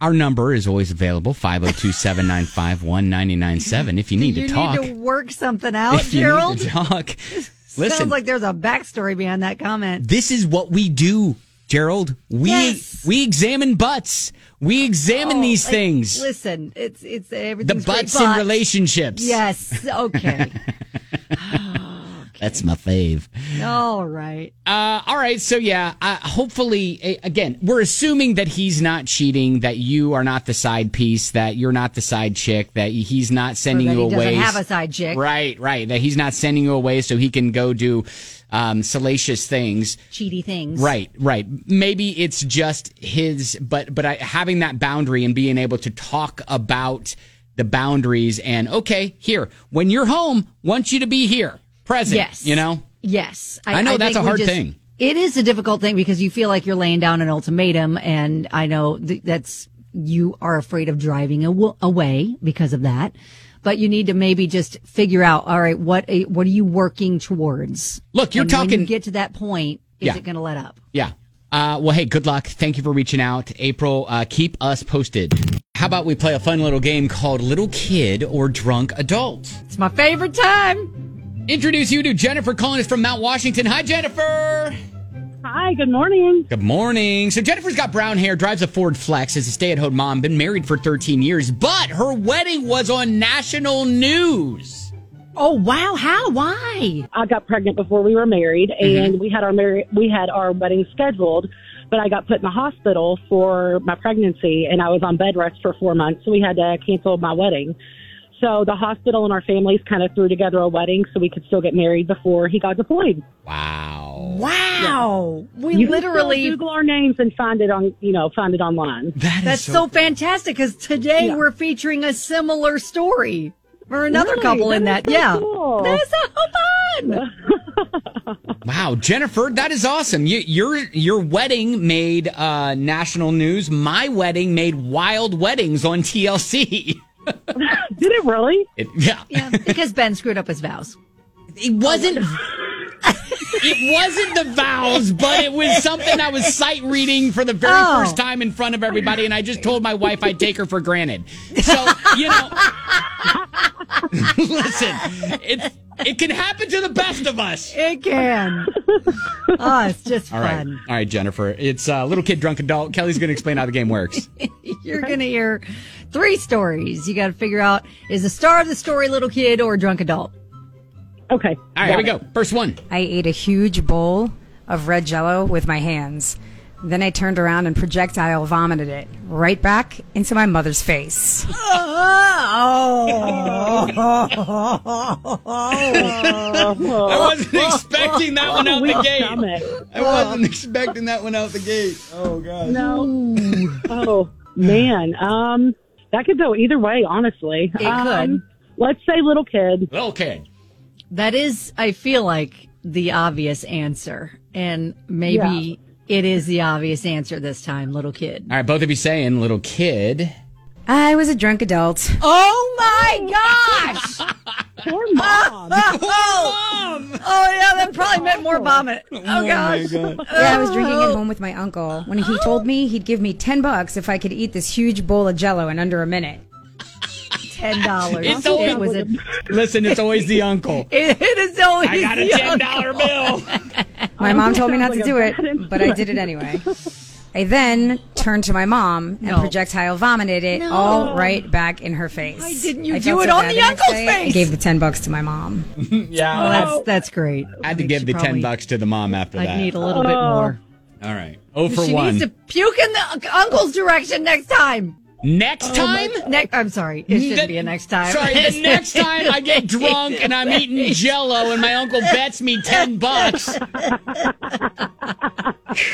our number is always available 502 795 1997 if you need you to talk. need to work something out, if you Gerald. need to talk. Listen, Sounds like there's a backstory behind that comment. this is what we do, Gerald. We Yes. we examine butts. We examine these Like, things. Oh, Listen, it's it's the everything. butts in relationships. Yes. Okay. That's my fave. All right. Uh, all right. So, yeah, uh, hopefully, a- again, we're assuming that he's not cheating, that you are not the side piece, that you're not the side chick, that he's not sending that you he doesn't away. have a side chick. Right, right. That he's not sending you away so he can go do um, salacious things. Cheaty things. Right, right. Maybe it's just his, but but I, having that boundary and being able to talk about the boundaries and okay, here when you're home, want you to be here, present. Yes. you know. Yes. I know that's think a we hard thing. It is a difficult thing because you feel like you're laying down an ultimatum, and I know th- that's you are afraid of driving aw- away because of that. But you need to maybe just figure out, all right, what a, what are you working towards? Look, you're And when you talking- get to that point, is Yeah. it going to let up? Yeah. Uh, well, hey, good luck. Thank you for reaching out, April. Uh, keep us posted. How about we play a fun little game called Little Kid or Drunk Adult? It's my favorite time. Introduce you to Jennifer calling us from Mount Washington. Hi, Jennifer. Hi, good morning. Good morning. So Jennifer's got brown hair, drives a Ford Flex, is a stay-at-home mom, been married for 13 years, but her wedding was on national news. Oh wow! How? Why? I got pregnant before we were married, and mm-hmm. we had our mar- we had our wedding scheduled, but I got put in the hospital for my pregnancy, and I was on bed rest for four months, so we had to cancel my wedding. So the hospital and our families kind of threw together a wedding so we could still get married before he got deployed. Wow. Wow. Yeah. We you literally Google our names and find it on, you know, find it online. That That's so, so fantastic because today yeah. we're featuring a similar story or another really? couple that in that. So yeah. Cool. That's so fun. wow, Jennifer, that is awesome. You, your your wedding made uh, national news. My wedding made wild weddings on TLC. Did it really? It, yeah. yeah. Because Ben screwed up his vows. It wasn't. it wasn't the vows, but it was something I was sight reading for the very oh. first time in front of everybody, and I just told my wife I'd take her for granted. So you know, listen, it it can happen to the best of us. It can. Oh, it's just All fun. Right. All right, Jennifer. It's uh, little kid, drunk adult. Kelly's going to explain how the game works. You're going to hear three stories. You got to figure out is the star of the story little kid or drunk adult. Okay. All right, here we go. First one. I ate a huge bowl of red jello with my hands. Then I turned around and projectile vomited it right back into my mother's face. I wasn't expecting that one out the gate. I wasn't expecting that one out the gate. Oh god. No. Oh man. Um, that could go either way. Honestly, Uh, it um, could. Let's say little kid. Little kid. That is, I feel like the obvious answer, and maybe. Yeah. It is the obvious answer this time, little kid. All right, both of you saying little kid. I was a drunk adult. Oh my gosh! Poor mom. Oh, oh, mom. oh yeah, that probably meant more vomit. Oh, oh gosh. Oh. God. Yeah, I was drinking at home with my uncle when he told me he'd give me ten bucks if I could eat this huge bowl of Jello in under a minute. Ten dollars. It's always, it was a, listen. It's always the uncle. it, it is always. I got a ten dollar bill. My mom told me not to do it, but I did it anyway. I then turned to my mom and no. projectile vomited it no. all right back in her face. Why didn't you I do it so on the uncle's the face? I gave the ten bucks to my mom. yeah, well, that's that's great. I had to I give the ten bucks to the mom after I'd that. I need a little oh. bit more. All right, oh for she one. She needs to puke in the uncle's direction next time. Next oh time? Ne- I'm sorry. It shouldn't the, be a next time. Mm-hmm. Sorry, the next time I get drunk and I'm eating jello and my uncle bets me 10 bucks.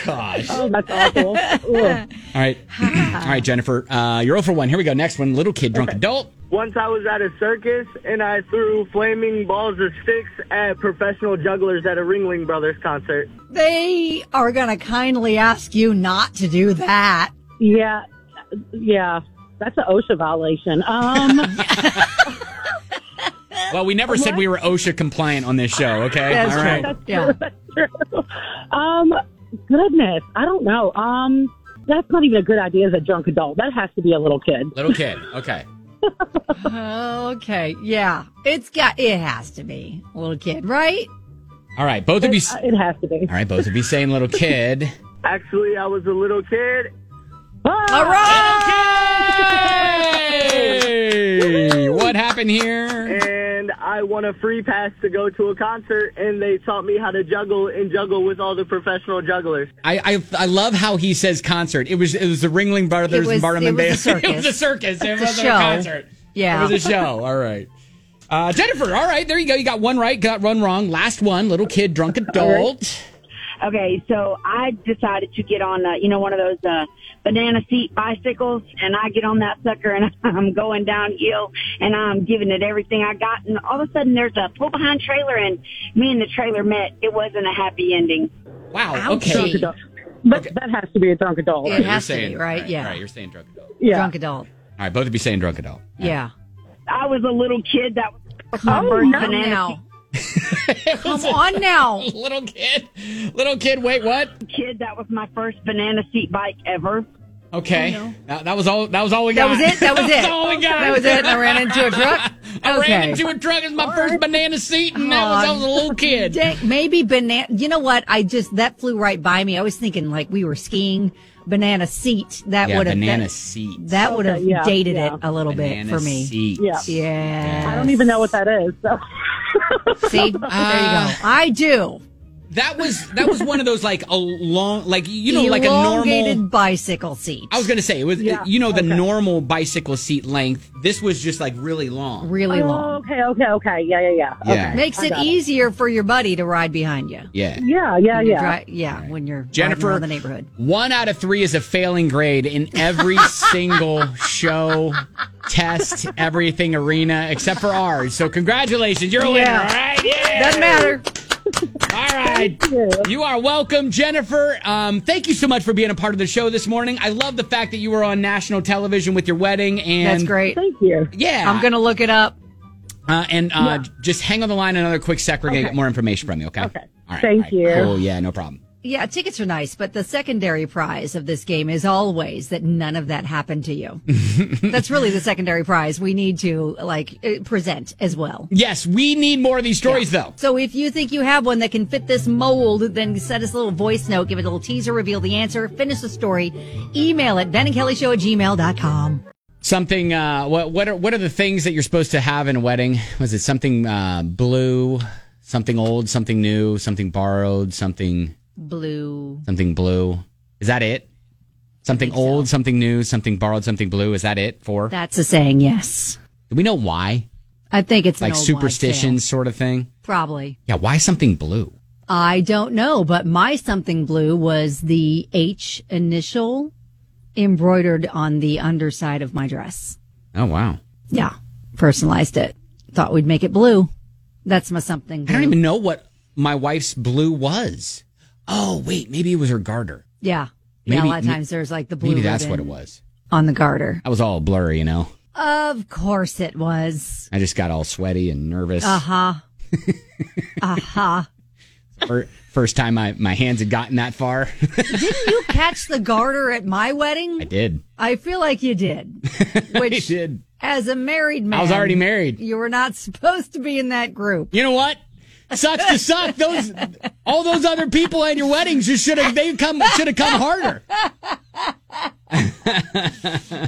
Gosh. Oh, that's awful. Ooh. All right. All right, Jennifer. Uh, you're 0 for 1. Here we go. Next one. Little kid, drunk okay. adult. Once I was at a circus and I threw flaming balls of sticks at professional jugglers at a Ringling Brothers concert. They are going to kindly ask you not to do that. Yeah yeah, that's an OSHA violation. Um, well, we never said we were OSHA compliant on this show. Okay, that's all right. That's yeah. True. That's true. Um, goodness, I don't know. Um, that's not even a good idea as a drunk adult. That has to be a little kid. Little kid. Okay. okay. Yeah, it's got. It has to be a little kid, right? All right, both of it, you. It has to be. All right, both of you saying little kid. Actually, I was a little kid Oh. all right. what happened here? And I won a free pass to go to a concert, and they taught me how to juggle and juggle with all the professional jugglers. I I, I love how he says concert. It was it was the Ringling Brothers was, and Barnum and Bailey. It was a circus. It was a concert. Yeah, it was a show. All right. Uh, Jennifer, all right, there you go. You got one right, got one wrong. Last one, little kid, drunk adult. Okay, so I decided to get on, uh, you know, one of those uh, banana seat bicycles, and I get on that sucker, and I'm going downhill, and I'm giving it everything I got, and all of a sudden there's a pull behind trailer, and me and the trailer met. It wasn't a happy ending. Wow. Okay. But okay. that has to be a drunk adult. It right? has saying, to be, right? right yeah. Right, you're saying drunk adult. Yeah. Drunk adult. All right, both of you saying drunk adult. All yeah. I was a little kid that was my oh, first no. banana now. Come on now. little kid. Little kid, wait, what? Kid, that was my first banana seat bike ever. Okay. That, that, was all that was all we got. That was it. That was it. that was all we got. That was it. And I ran into a truck. I ran into a truck. It was my first banana seat, and that was I was a little kid. Dang, maybe banana. You know what? I just that flew right by me. I was thinking like we were skiing. Banana seat. That Yeah, would have banana that, seat. That would have Okay, yeah, dated yeah. it a little Banana bit for me. seat. Yeah. Yeah. I don't even know what that is. So. See, there you go. I do. That was that was one of those like a long like you know like a Elongated normal. bicycle seat. I was gonna say it was Yeah, you know the okay. normal bicycle seat length. This was just like really long. Really Oh, long. Okay, okay, okay. Yeah, yeah, yeah. Yeah. Okay. Makes I it got easier for your buddy to ride behind you. Yeah. Yeah, yeah, When you're yeah. dri- yeah, when you're Jennifer, Jennifer around the neighborhood. One out of three is a failing grade in every single show, test, everything arena except for ours. So congratulations, you're a winner. Yeah. All right, yeah. Doesn't matter. All right. You. are welcome, Jennifer. Um, thank you so much for being a part of the show this morning. I love the fact that you were on national television with your wedding, and That's great. Thank you. Yeah, I'm gonna look it up. Uh, and uh, just hang on the line another quick sec. We're gonna Okay. get more information from you. Okay. Okay. All right. Thank all right. you. Cool. Yeah. No problem. Yeah, tickets are nice, but the secondary prize of this game is always that none of that happened to you. That's really the secondary prize we need to like eh, present as well. Yes, we need more of these stories though. So if you think you have one that can fit this mold, then send us a little voice note, give it a little teaser, reveal the answer, finish the story, email it, Ben and Kelly Show at gmail.com. Something. Uh, what what are what are the things that you're supposed to have in a wedding? Was it something uh, blue, something old, something new, something borrowed, something Blue. something blue? Is that it? Something old, something new, something borrowed, something blue. Is that it for? That's a saying, yes. Do we know why? I think it's an Like old wives' superstitions, sort of thing. tale. Probably. Yeah. Why something blue? I don't know, but my something blue was the H initial embroidered on the underside of my dress. Oh wow. Yeah. Personalized it. Thought we'd make it blue. That's my something I blue. don't even know what my wife's blue was. Oh, wait, maybe it was her garter. yeah. yeah. A Maybe- lot of times there's like the blue. Maybe that's what it ribbon was. On the garter. I was all blurry, you know. Of course it was. I just got all sweaty and nervous. Uh huh. uh huh. Fir- First time I, my hands had gotten that far. Didn't you catch the garter at my I wedding? did. I feel like you did. Which, did. as a married man, I was already married. You were not supposed to be in that group. You know what? Sucks to suck. Those all those other people at your weddings just should have they come should have come harder.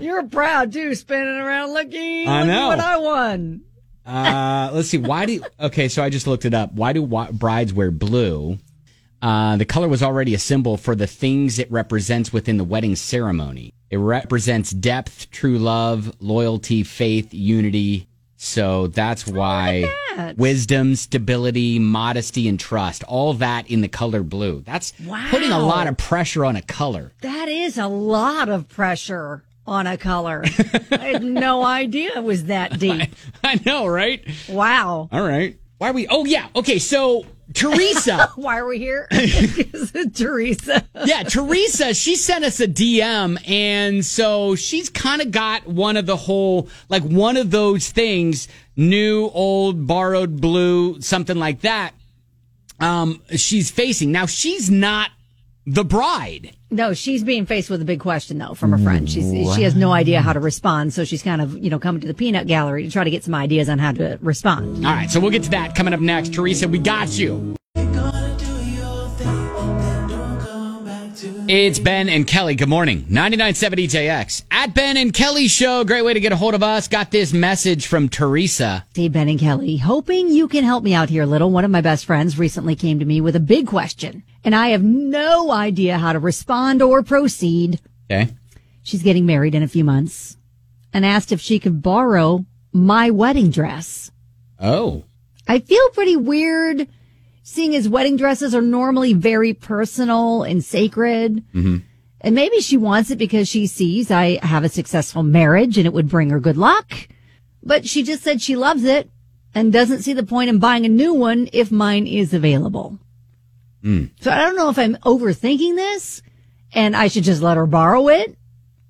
You were proud too, spinning around looking. I look at know. what I won. Uh, let's see. Why do okay? So I just looked it up. Why do wi- brides wear blue? Uh, the color was already a symbol for the things it represents within the wedding ceremony. It represents depth, true love, loyalty, faith, unity. So that's why Oh, that. wisdom, stability, modesty, and trust, all that in the color blue. That's putting a Wow. lot of pressure on a color. That is a lot of pressure on a color. I had no idea it was that deep. I know, right? Wow. All right. Why are we? Oh, yeah. Okay. So Teresa. Why are we here? Because of Teresa. yeah, Teresa, she sent us a DM and so she's kind of got one of the whole like one of those things, new, old, borrowed, blue, something like that. Um she's facing. Now she's not the bride. No, she's being faced with a big question though from a friend. She's she has no idea how to respond, so she's kind of you know coming to the peanut gallery to try to get some ideas on how to respond. All right, so we'll get to that coming up next. Teresa, we got you. It's Ben and Kelly. Good morning. 99.7 EJX. E At Ben and Kelly Show. Great way to get a hold of us. Got this message from Teresa. Hey, Ben and Kelly, hoping you can help me out here, little. One of my best friends recently came to me with a big question, and I have no idea how to respond or proceed. Okay. She's getting married in a few months and asked if she could borrow my wedding dress. Oh. I feel pretty weird seeing as wedding dresses are normally very personal and sacred. Mm-hmm. And maybe she wants it because she sees I have a successful marriage and it would bring her good luck. But she just said she loves it and doesn't see the point in buying a new one if mine is available. Mm. So I don't know if I'm overthinking this and I should just let her borrow it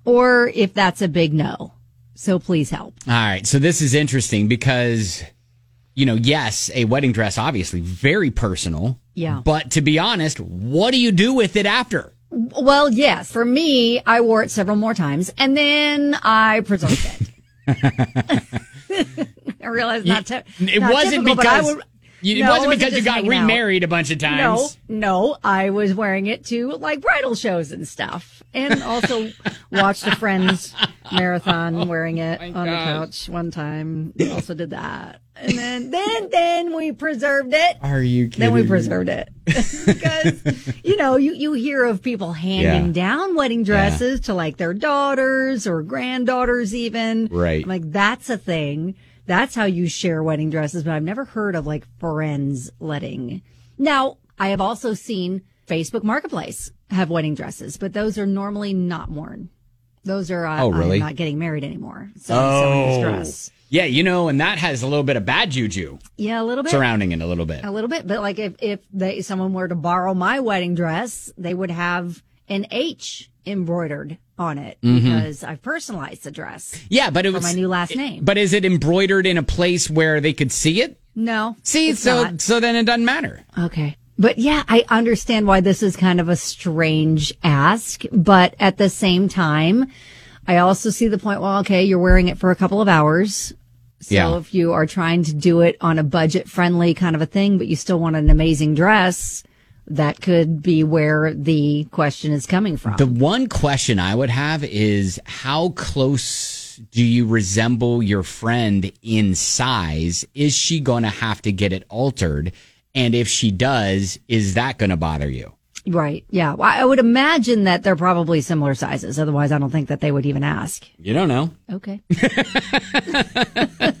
or if that's a big no. So please help. All right. So this is interesting because, you know, yes, a wedding dress, obviously very personal. Yeah. But to be honest, what do you do with it after? Well, yes, for me, I wore it several more times and then I preserved it. I realize not. Te- It not wasn't typical, but I because would- you- it No, wasn't because you just got hanging out. remarried a bunch of times. No, no, I was wearing it to like bridal shows and stuff, and also watched a friend's marathon wearing it Oh on the gosh. couch one time. Also did that, and then then then we preserved it. Are you Then we kidding me? preserved it because you know you you hear of people handing Yeah. down wedding dresses to like their daughters or granddaughters even. Right. I'm like that's a thing. That's how you share wedding dresses, but I've never heard of like friends letting. Now, I have also seen Facebook Marketplace have wedding dresses, but those are normally not worn. Those are uh, Oh, really? I'm not getting married anymore. So I'm selling this oh, dress. yeah, you know, and that has a little bit of bad juju Yeah, a little bit. surrounding it a little bit. A little bit, but like if if they someone were to borrow my wedding dress, they would have an H embroidered on it Mhm. because I've personalized the dress. Yeah, but it for was my new last name. But is it embroidered in a place where they could see it? No, See, it's so not. so then it doesn't matter. Okay. But yeah, I understand why this is kind of a strange ask, but at the same time, I also see the point. Well, okay, you're wearing it for a couple of hours. So Yeah. if you are trying to do it on a budget friendly kind of a thing, but you still want an amazing dress, that could be where the question is coming from. The one question I would have is how close do you resemble your friend in size? Is she going to have to get it altered? And if she does, is that going to bother you? right. Yeah. Well, I would imagine that they're probably similar sizes. Otherwise, I don't think that they would even ask. You don't know. Okay. All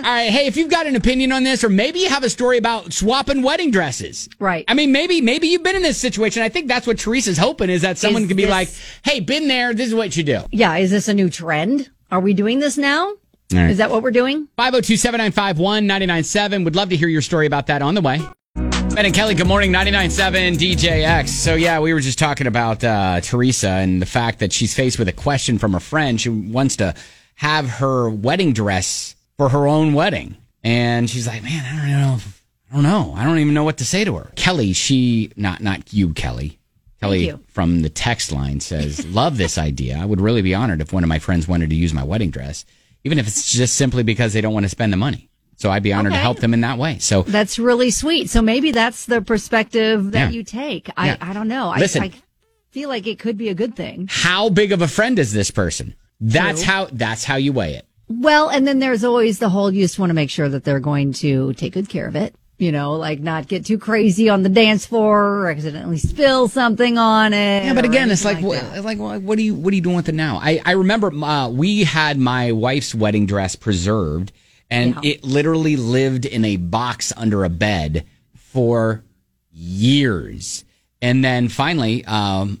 right. Hey, if you've got an opinion on this, or maybe you have a story about swapping wedding dresses. Right. I mean, maybe, maybe you've been in this situation. I think that's what Teresa's hoping is that someone Is could be this- like, hey, been there. This is what you do. Yeah. Is this a new trend? Are we doing this now? right. Is that what we're doing? 502 795 997. Would love to heur your story about that on the way. Ben and Kelly, good morning, 99.7 DJX. So, yeah, we were just talking about uh, Teresa and the fact that she's faced with a question from her friend. She wants to have her wedding dress for her own wedding. And she's like, man, I don't know. if- I don't know. I don't even know what to say to her. Kelly, she, not, not you, Kelly. Kelly you. from the text line says, Love this idea. I would really be honored if one of my friends wanted to use my wedding dress, even if it's just simply because they don't want to spend the money. So I'd be honored to Okay. help them in that way. So That's really sweet. So maybe that's the perspective that Yeah. you take. Yeah. I, I don't know. Listen. I, I feel like it could be a good thing. how big of a friend is this person? That's True. how that's how you weigh it. Well, and then there's always the whole you just want to make sure that they're going to take good care of it. You know, like not get too crazy on the dance floor or accidentally spill something on it. Yeah, but or again, it's like anything wha- it's like, wha- what do you what do you do with it now? I I remember uh, we had my wife's wedding dress preserved, and Yeah. it literally lived in a box under a bed for years, and then finally. Um,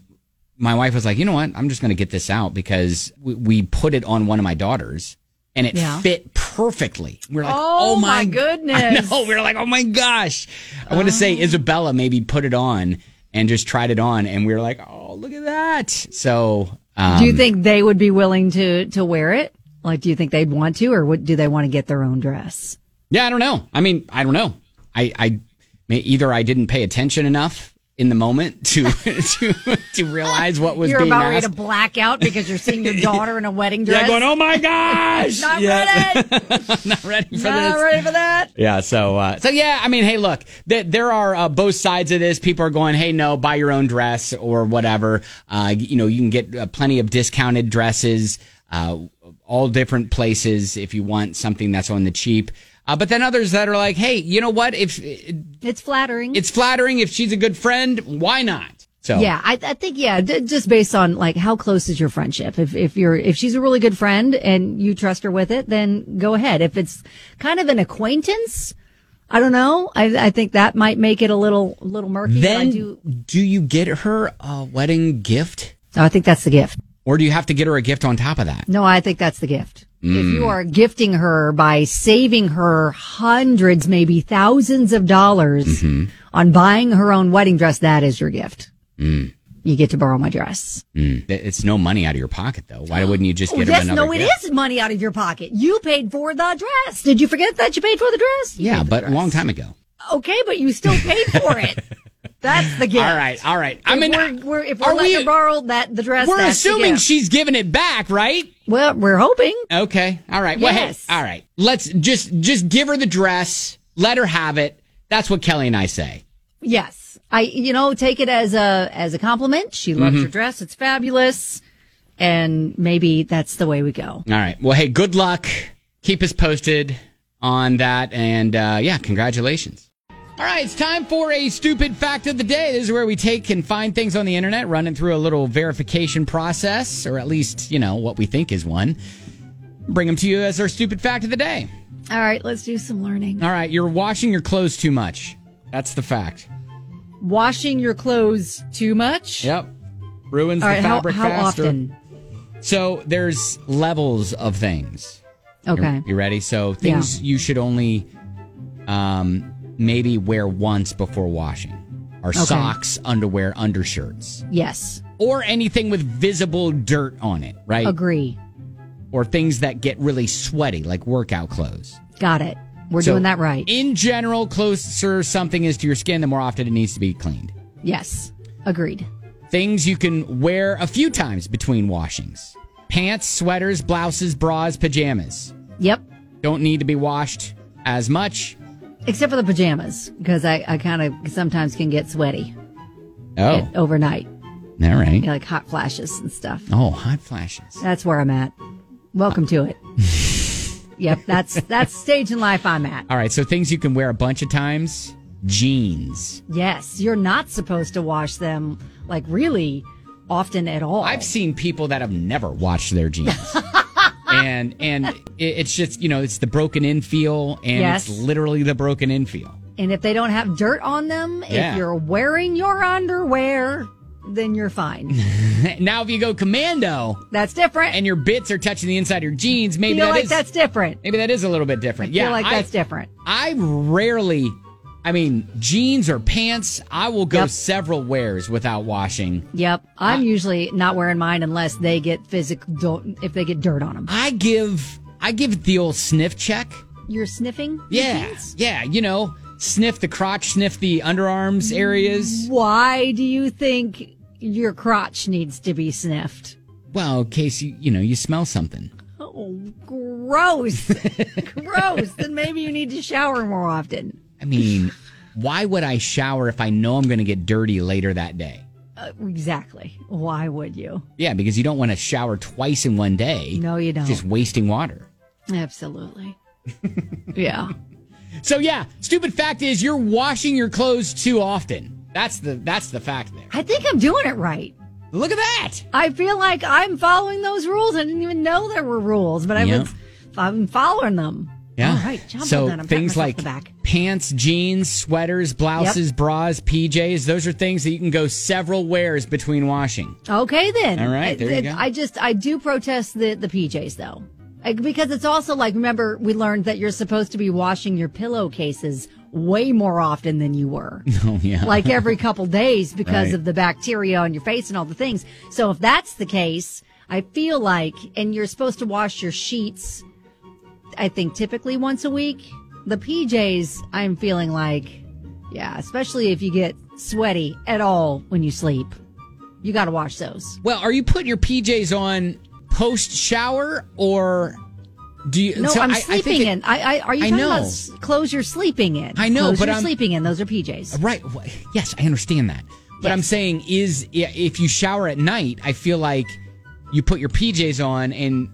my wife was like, you know what? I'm just going to get this out because we, we put it on one of my daughters and it Yeah. fit perfectly. We're like, Oh, oh, my my goodness. Oh. No, we were like, oh my gosh. I want to say Isabella maybe put it on and just tried it on, and we were like, oh, look at that. So, um, do you think they would be willing to to wear it? Like, do you think they'd want to, or would, do they want to get their own dress? Yeah, I don't know. I mean, I don't know. I, I may- either I didn't pay attention enough in the moment to to to realize what was You're being about ready asked. to black out because you're seeing your daughter in a wedding dress. Yeah, going, oh my gosh! Not Yeah. ready. Not ready for Not this. ready for that. Yeah, so uh, so yeah, I mean, hey, look, th- there are uh, both sides of this. People are going, hey, no, buy your own dress or whatever. Uh, you know, you can get uh, plenty of discounted dresses, uh, all different places if you want something that's on the cheap. Uh, but then others that are like, hey, you know what? If It's flattering. it's flattering, if she's a good friend, why not? So Yeah, I, I think yeah, d- just based on like how close is your friendship. If if you're if she's a really good friend and you trust her with it, then go ahead. If it's kind of an acquaintance, I don't know. I I think that might make it a little a little murky. but I then do. do, you get her a wedding gift, I think that's the gift. or do you have to get her a gift on top of that? No, I think that's the gift. If you Mm. are gifting her by saving her hundreds, maybe thousands of dollars Mm-hmm. on buying her own wedding dress, that is your gift. Mm. You get to borrow my dress. Mm. It's no money out of your pocket, though. Why wouldn't you just Oh, get her yes, another no, it gift? is money out of your pocket. You paid for the dress. Did you forget that you paid for the dress? You Yeah, paid for but the a long time ago. dress. okay, but you still paid for it. That's the gift. All right, all right. I If mean, we're, we're, if we're are letting we- her borrow that the dress, we're that's the assuming gift. she's giving it back, right? Well, we're hoping. Okay. All right. Well, hey, Yes. all right. Let's just just give her the dress. Let her have it. That's what Kelly and I say. Yes, I you know take it as a as a compliment. She loves Mhm. your dress; it's fabulous, and maybe that's the way we go. All right. Well, hey, good luck. Keep us posted on that, and uh, yeah, congratulations. All right, it's time for a stupid fact of the day. This is where we take and find things on the internet, run it through a little verification process, or at least, you know, what we think is one. Bring them to you as our stupid fact of the day. All right, let's do some learning. All right, you're washing your clothes too much. That's the fact. Washing your clothes too much. Yep. Ruins All right, the how- fabric how faster. often? So there's levels of things. Okay. You, you ready? So things you should only um, maybe wear once before washing are Okay. socks, underwear, undershirts, Yes. or anything with visible dirt on it, right? Agree. Or things that get really sweaty, like workout clothes. Got it. We're So, doing that right. In general, closer something is to your skin, the more often it needs to be cleaned. Yes. Agreed. Things you can wear a few times between washings pants, sweaters, blouses, bras, pajamas. Yep. Don't need to be washed as much. Except for the pajamas, because I, I kind of sometimes can get sweaty Oh, overnight, all right. you know, like hot flashes and stuff. Oh, hot flashes. That's where I'm at. Welcome to it. yep, that's that's stage in life I'm at. All right, so things you can wear a bunch of times jeans. Yes, you're not supposed to wash them like really often at all. I've seen people that have never washed their jeans. and and it, it's just, you know, it's the broken in feel, and Yes. it's literally the broken in feel. and if they don't have dirt on them, Yeah. if you're wearing your underwear, then you're fine. now, if you go commando That's different. and your bits are touching the inside of your jeans, maybe feel that like is- that's different. Maybe that is a little bit different. yeah, feel like I- that's different. I rarely, I mean, jeans or pants, I will go Yep. several wears without washing. Yep, I'm usually not wearing mine unless they get physical. If they get dirt on them, I give, I give it the old sniff check. you're sniffing. your Yeah, jeans? yeah, you know, sniff the crotch, sniff the underarms areas. Why do you think your crotch needs to be sniffed? Well, in case you, you know, you smell something. Oh, gross. gross. Then maybe you need to shower more often. I mean, why would I shower if I know I'm going to get dirty later that day? Uh, exactly. Why would you? Yeah, because you don't want to shower twice in one day. No, you don't. Just wasting water. Absolutely. yeah. So yeah, stupid fact is you're washing your clothes too often. That's the that's the fact there. I think I'm doing it right. Look at that. I feel like I'm following those rules. I didn't even know there were rules, but I Yeah. was, I'm following them. Yeah. All right. Jump on so that. I'm patting things myself on like the back. pants, jeans, sweaters, blouses, bras, PJs, those are things that you can go several wears between washing. Okay, then. All right, there you I, go. I just, I do protest the, the PJs though. Like, because it's also like, remember, we learned that you're supposed to be washing your pillowcases way more often than you were. Oh yeah. like every couple days because Right. of the bacteria on your face and all the things. So if that's the case, I feel like, and you're supposed to wash your sheets, I think typically once a week. The PJs, I'm feeling like, yeah, especially if you get sweaty at all when you sleep, you got to wash those. Well, are you putting your PJs on post shower or do you No, so I'm I- I think sleeping it- in. I, I are you I talking know. about s- clothes you're sleeping in? I know, clothes but you're I'm- sleeping in. Those are PJs. Right. wh- Yes, I understand that. But I'm saying is i- if you shower at night, I feel like you put your PJs on and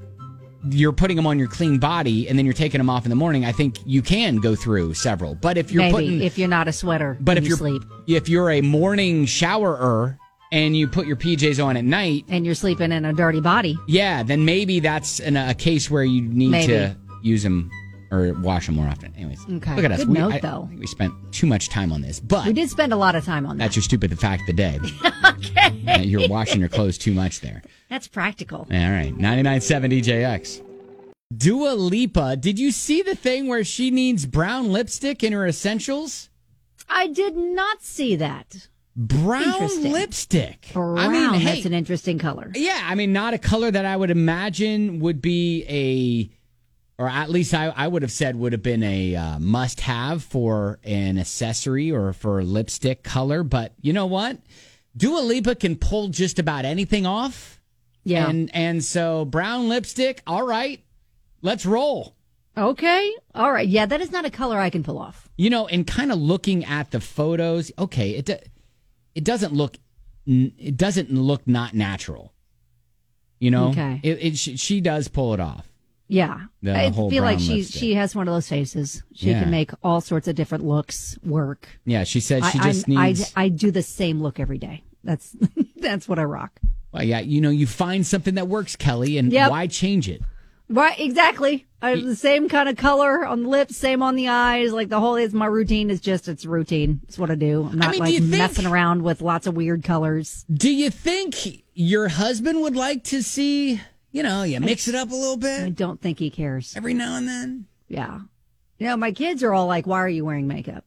you're putting them on your clean body and then you're taking them off in the morning. I think you can go through several. But if you're Maybe putting if you're not a sweater, but when if you you're sleep if you're a morning showerer and you put your PJs on at night, and you're sleeping in a dirty body, yeah, then maybe that's an, a case where you need to Maybe. use them or wash them more often. Anyways, Okay. look at us. Good we, note, I- though. I think we spent too much time on this, we but did spend a lot of time on that. that's your stupid fact of the day. Uh, okay. You're washing your clothes too much there. That's practical. All right. 99.7 DJX. Dua Lipa, did you see the thing where she needs brown lipstick in her essentials? I did not see that. Brown Interesting. lipstick. Brown, I mean, hey, that's an interesting color. yeah, I mean, not a color that I would imagine would be a or at least I, I would have said would have been a uh, must have for an accessory or for lipstick color. But you know what? Dua Lipa can pull just about anything off. Yeah. And, and so brown lipstick, all right, let's roll. Okay. All right. Yeah, that is not a color I can pull off. You know, and kind of looking at the photos, okay, it, do- it doesn't look, it doesn't look not natural. You know, Okay. it, it, she, she does pull it off. Yeah. The I whole feel like brown she lipstick. she has one of those faces. She Yeah. can make all sorts of different looks work. Yeah, she said she I, just I'm- I, needs. I do the same look every day. That's that's what I rock. Well, uh, yeah, you know, you find something that works, Kelly, and Yep. why change it? Right, exactly. I have the same kind of color on the lips, same on the eyes. Like the whole is my routine is just it's routine. It's what I do. I'm not mean, do like you think- messing around with lots of weird colors. Do you think your husband would like to see, you know, you mix it up a little I bit don't think he cares. every now and then? Yeah. You know, my kids are all like, why are you wearing makeup?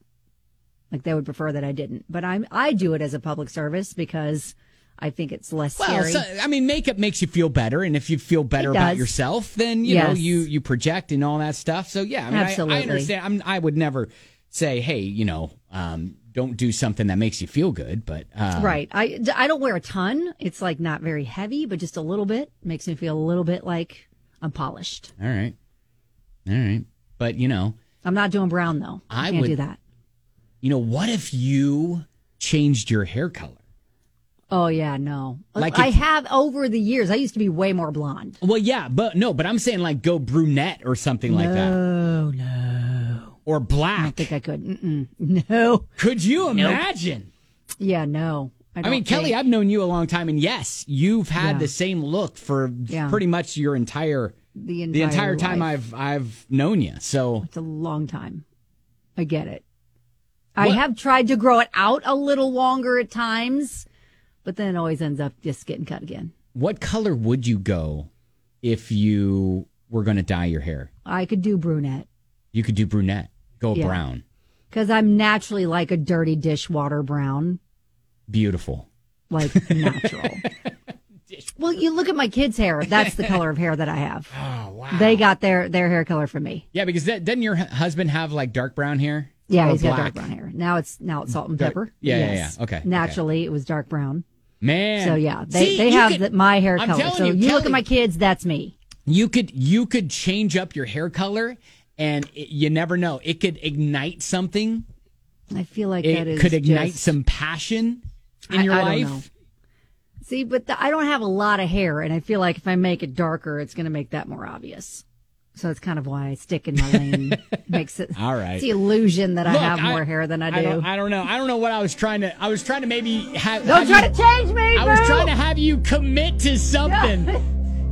Like they would prefer that I didn't. But I'm I do it as a public service because I think it's less Well, scary. so, I mean, makeup makes you feel better, and if you feel better It about does. yourself, then you know Yes. you you project and all that stuff. So yeah, I mean, I- I, Absolutely. understand. I'm, I would never say, hey, you know, um, don't do something that makes you feel good, but uh, right. I, I don't wear a ton. It's like not very heavy, but just a little bit makes me feel a little bit like I'm polished. All right, all right, but you know, I'm not doing brown though. I can't would- do that. you know, what if you changed your hair color? Oh yeah, no. Like I if- have over the years. I used to be way more blonde. Well, yeah, but no, but I'm saying like go brunette or something like that, Oh no. or I don't black. think I could. Mm-mm. No. Could you imagine? Yeah, no. I, I, don't mean, Kelly, think- I've known you a long time, and yes, you've had Yeah. the same look for Yeah. pretty much your entire the entire, the entire time life. I've I've known you. So It's a long time. I get it. I What- have tried to grow it out a little longer at times, but then it always ends up just getting cut again. what color would you go if you were going to dye your hair? I could do brunette You could do brunette, go Yeah. brown, because I'm naturally like a dirty dishwater brown, beautiful. like natural. well, you look at my kids' hair. That's the color of hair that I have. Oh wow! They got their their hair color from me. yeah, because that, doesn't your hu- husband have like dark brown hair? Yeah, Or he's got dark black? brown hair. Now it's now it's salt and Dark- pepper. yeah, yeah, yeah. Okay, okay. Naturally, it was dark brown. Man, So yeah, they See, they you have could- the, my hair I'm color. telling So you, you, look Kelly- at my kids. That's me. you could you could change up your hair color and it, you never know it could ignite something I feel like that it is could ignite just- some passion in I- your I don't life know. See, but the, I don't have a lot of hair, and I feel like if I make it darker, it's going to make that more obvious. So that's kind of why I stick in my lane. Makes it All right. It's the illusion that I Look, have more hair than I do. don't, I don't know. I don't know what I was trying to. I was trying to maybe have. Don't have try you- to change me, I was Boo! trying to have you commit to something,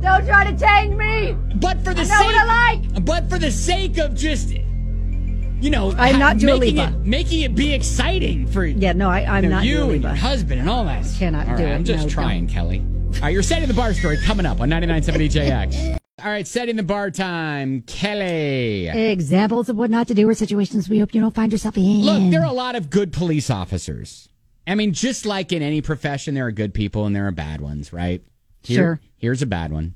don't try to change me. but for the I know sake, what I but for the sake of just, you know, I'm ha- not Dua making Lipa. it, making it be exciting for Yeah, no, I, I'm you, know, not you Dua and your Lipa. husband and all that. Cannot All do right, it. I'm just No, trying, Kelly. All right, you're setting the bar story coming up on 99.7 All right, setting the bar time, Kelly. Examples of what not to do or situations we hope you don't find yourself in. Look, there are a lot of good police officers. I mean, just like in any profession, there are good people and there are bad ones, right? Sure. Here's a bad one.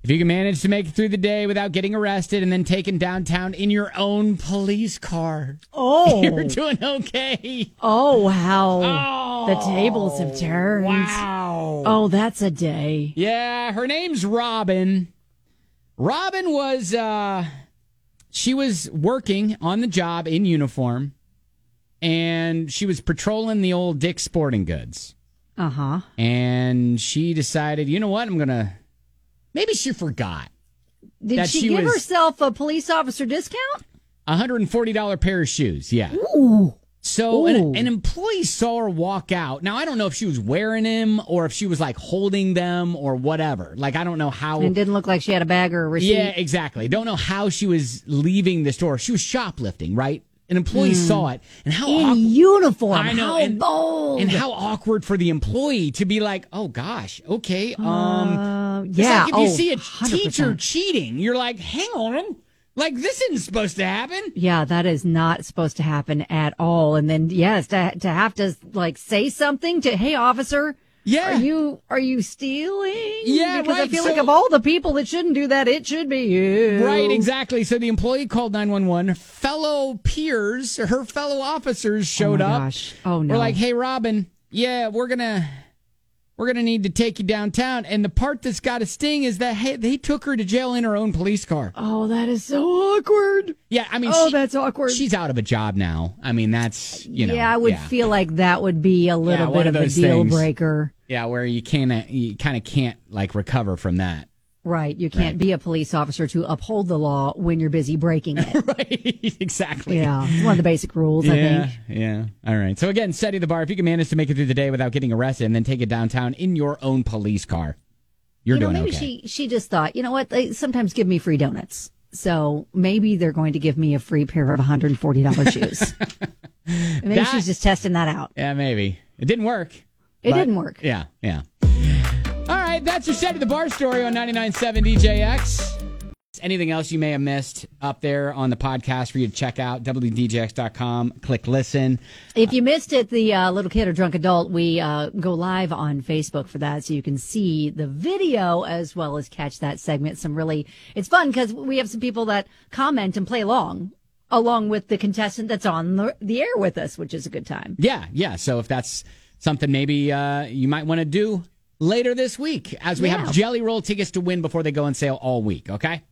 If you can manage to make it through the day without getting arrested and then taken downtown in your own police car, you're oh, doing okay. oh wow! the tables have turned. Wow. Oh, that's a day. Yeah, her name's Robin. Robin was uh she was working on the job in uniform and she was patrolling the old Dick's Sporting Goods. Uh huh. And she decided, you know what? I'm going to maybe she forgot. Did That she, she give was- herself a police officer discount? a $140 pair of shoes, yeah. Ooh. So an, Ooh. an employee saw her walk out. Now I don't know if she was wearing them or if she was like holding them or whatever. Like I don't know how And didn't look like she had a bag or a receipt. Oh. Yeah, exactly. Don't know how she was leaving the store. She was shoplifting, right? An employee saw it, and how Hmm. In awkward, uniform. I know, How and- bold. and how awkward for the employee to be like, "Oh gosh, okay, um." Uh, it's yeah. like if you oh, see a 100%. teacher cheating, you're like, "Hang on, like this isn't supposed to happen." Yeah, that is not supposed to happen at all. And then, yes, to, to have to like say something to, hey, officer, Yeah. Are you are you stealing? Yeah, because I right, feel like so- of all the people that shouldn't do that, it should be you. Right, exactly. So the employee called 911. Fellow peers, her fellow officers showed my up. gosh. Oh, no. We're like, "Hey Robin, yeah, we're going to we're going to need to take you downtown." And the part that's got a sting is that hey, they took her to jail in her own police car. Oh, that is so awkward. Yeah, I mean, oh, she- that's awkward. She's out of a job now. I mean, that's, you know. yeah, I would yeah. feel like that would be a Yeah, little one bit of of, a those deal things. breaker. Yeah, where you can't you kind of can't like recover from that. Right. You can't Right. be a police officer to uphold the law when you're busy breaking it. exactly. yeah. It's one of the basic rules, I yeah, think. Yeah. All right. So again, setting the bar. If you can manage to make it through the day without getting arrested and then take it downtown in your own police car, you're you know, doing maybe okay. she she just thought, you know what? They sometimes give me free donuts. So maybe they're going to give me a free pair of $140 shoes. maybe That- she's just testing that out. yeah, maybe. It didn't work. It but- didn't work. Yeah, yeah. All right, that's your setting the bar story on 99.7 DJX. Anything else you may have missed up there on the podcast for you to check out, wdjx.com, click listen. If you missed it, the uh, little kid or drunk adult, we uh, go live on Facebook for that, so you can see the video as well as catch that segment. Some really, it's fun because we have some people that comment and play along, along with the contestant that's on the, the air with us, which is a good time. Yeah, yeah. So if that's something maybe uh, you might want to do later this week, as we Yeah. have Jelly Roll tickets to win before they go on sale all week, okay?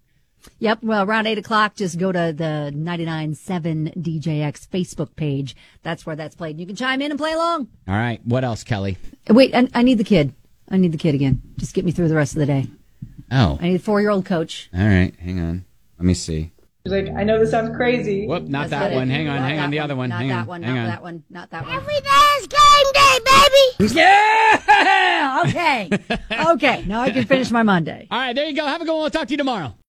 Yep. Well, around eight o'clock, just go to the 99.7 DJX Facebook page. That's where that's played. You can chime in and play along. All right. What else, Kelly? Wait, I, I need the kid. I need the kid again. Just get me through the rest of the day. Oh, all I need a four year old coach. right. Hang on. Let me see. She's like, I know this sounds crazy. Whoop, not that one. Hang on, hang on. The other one. Not Hang that on, one. hang not on. that one. Not that one. Every day is game day, baby. Yeah. Okay. okay. Now I can finish my Monday. All right. There you go. Have a good one. We'll talk to you tomorrow.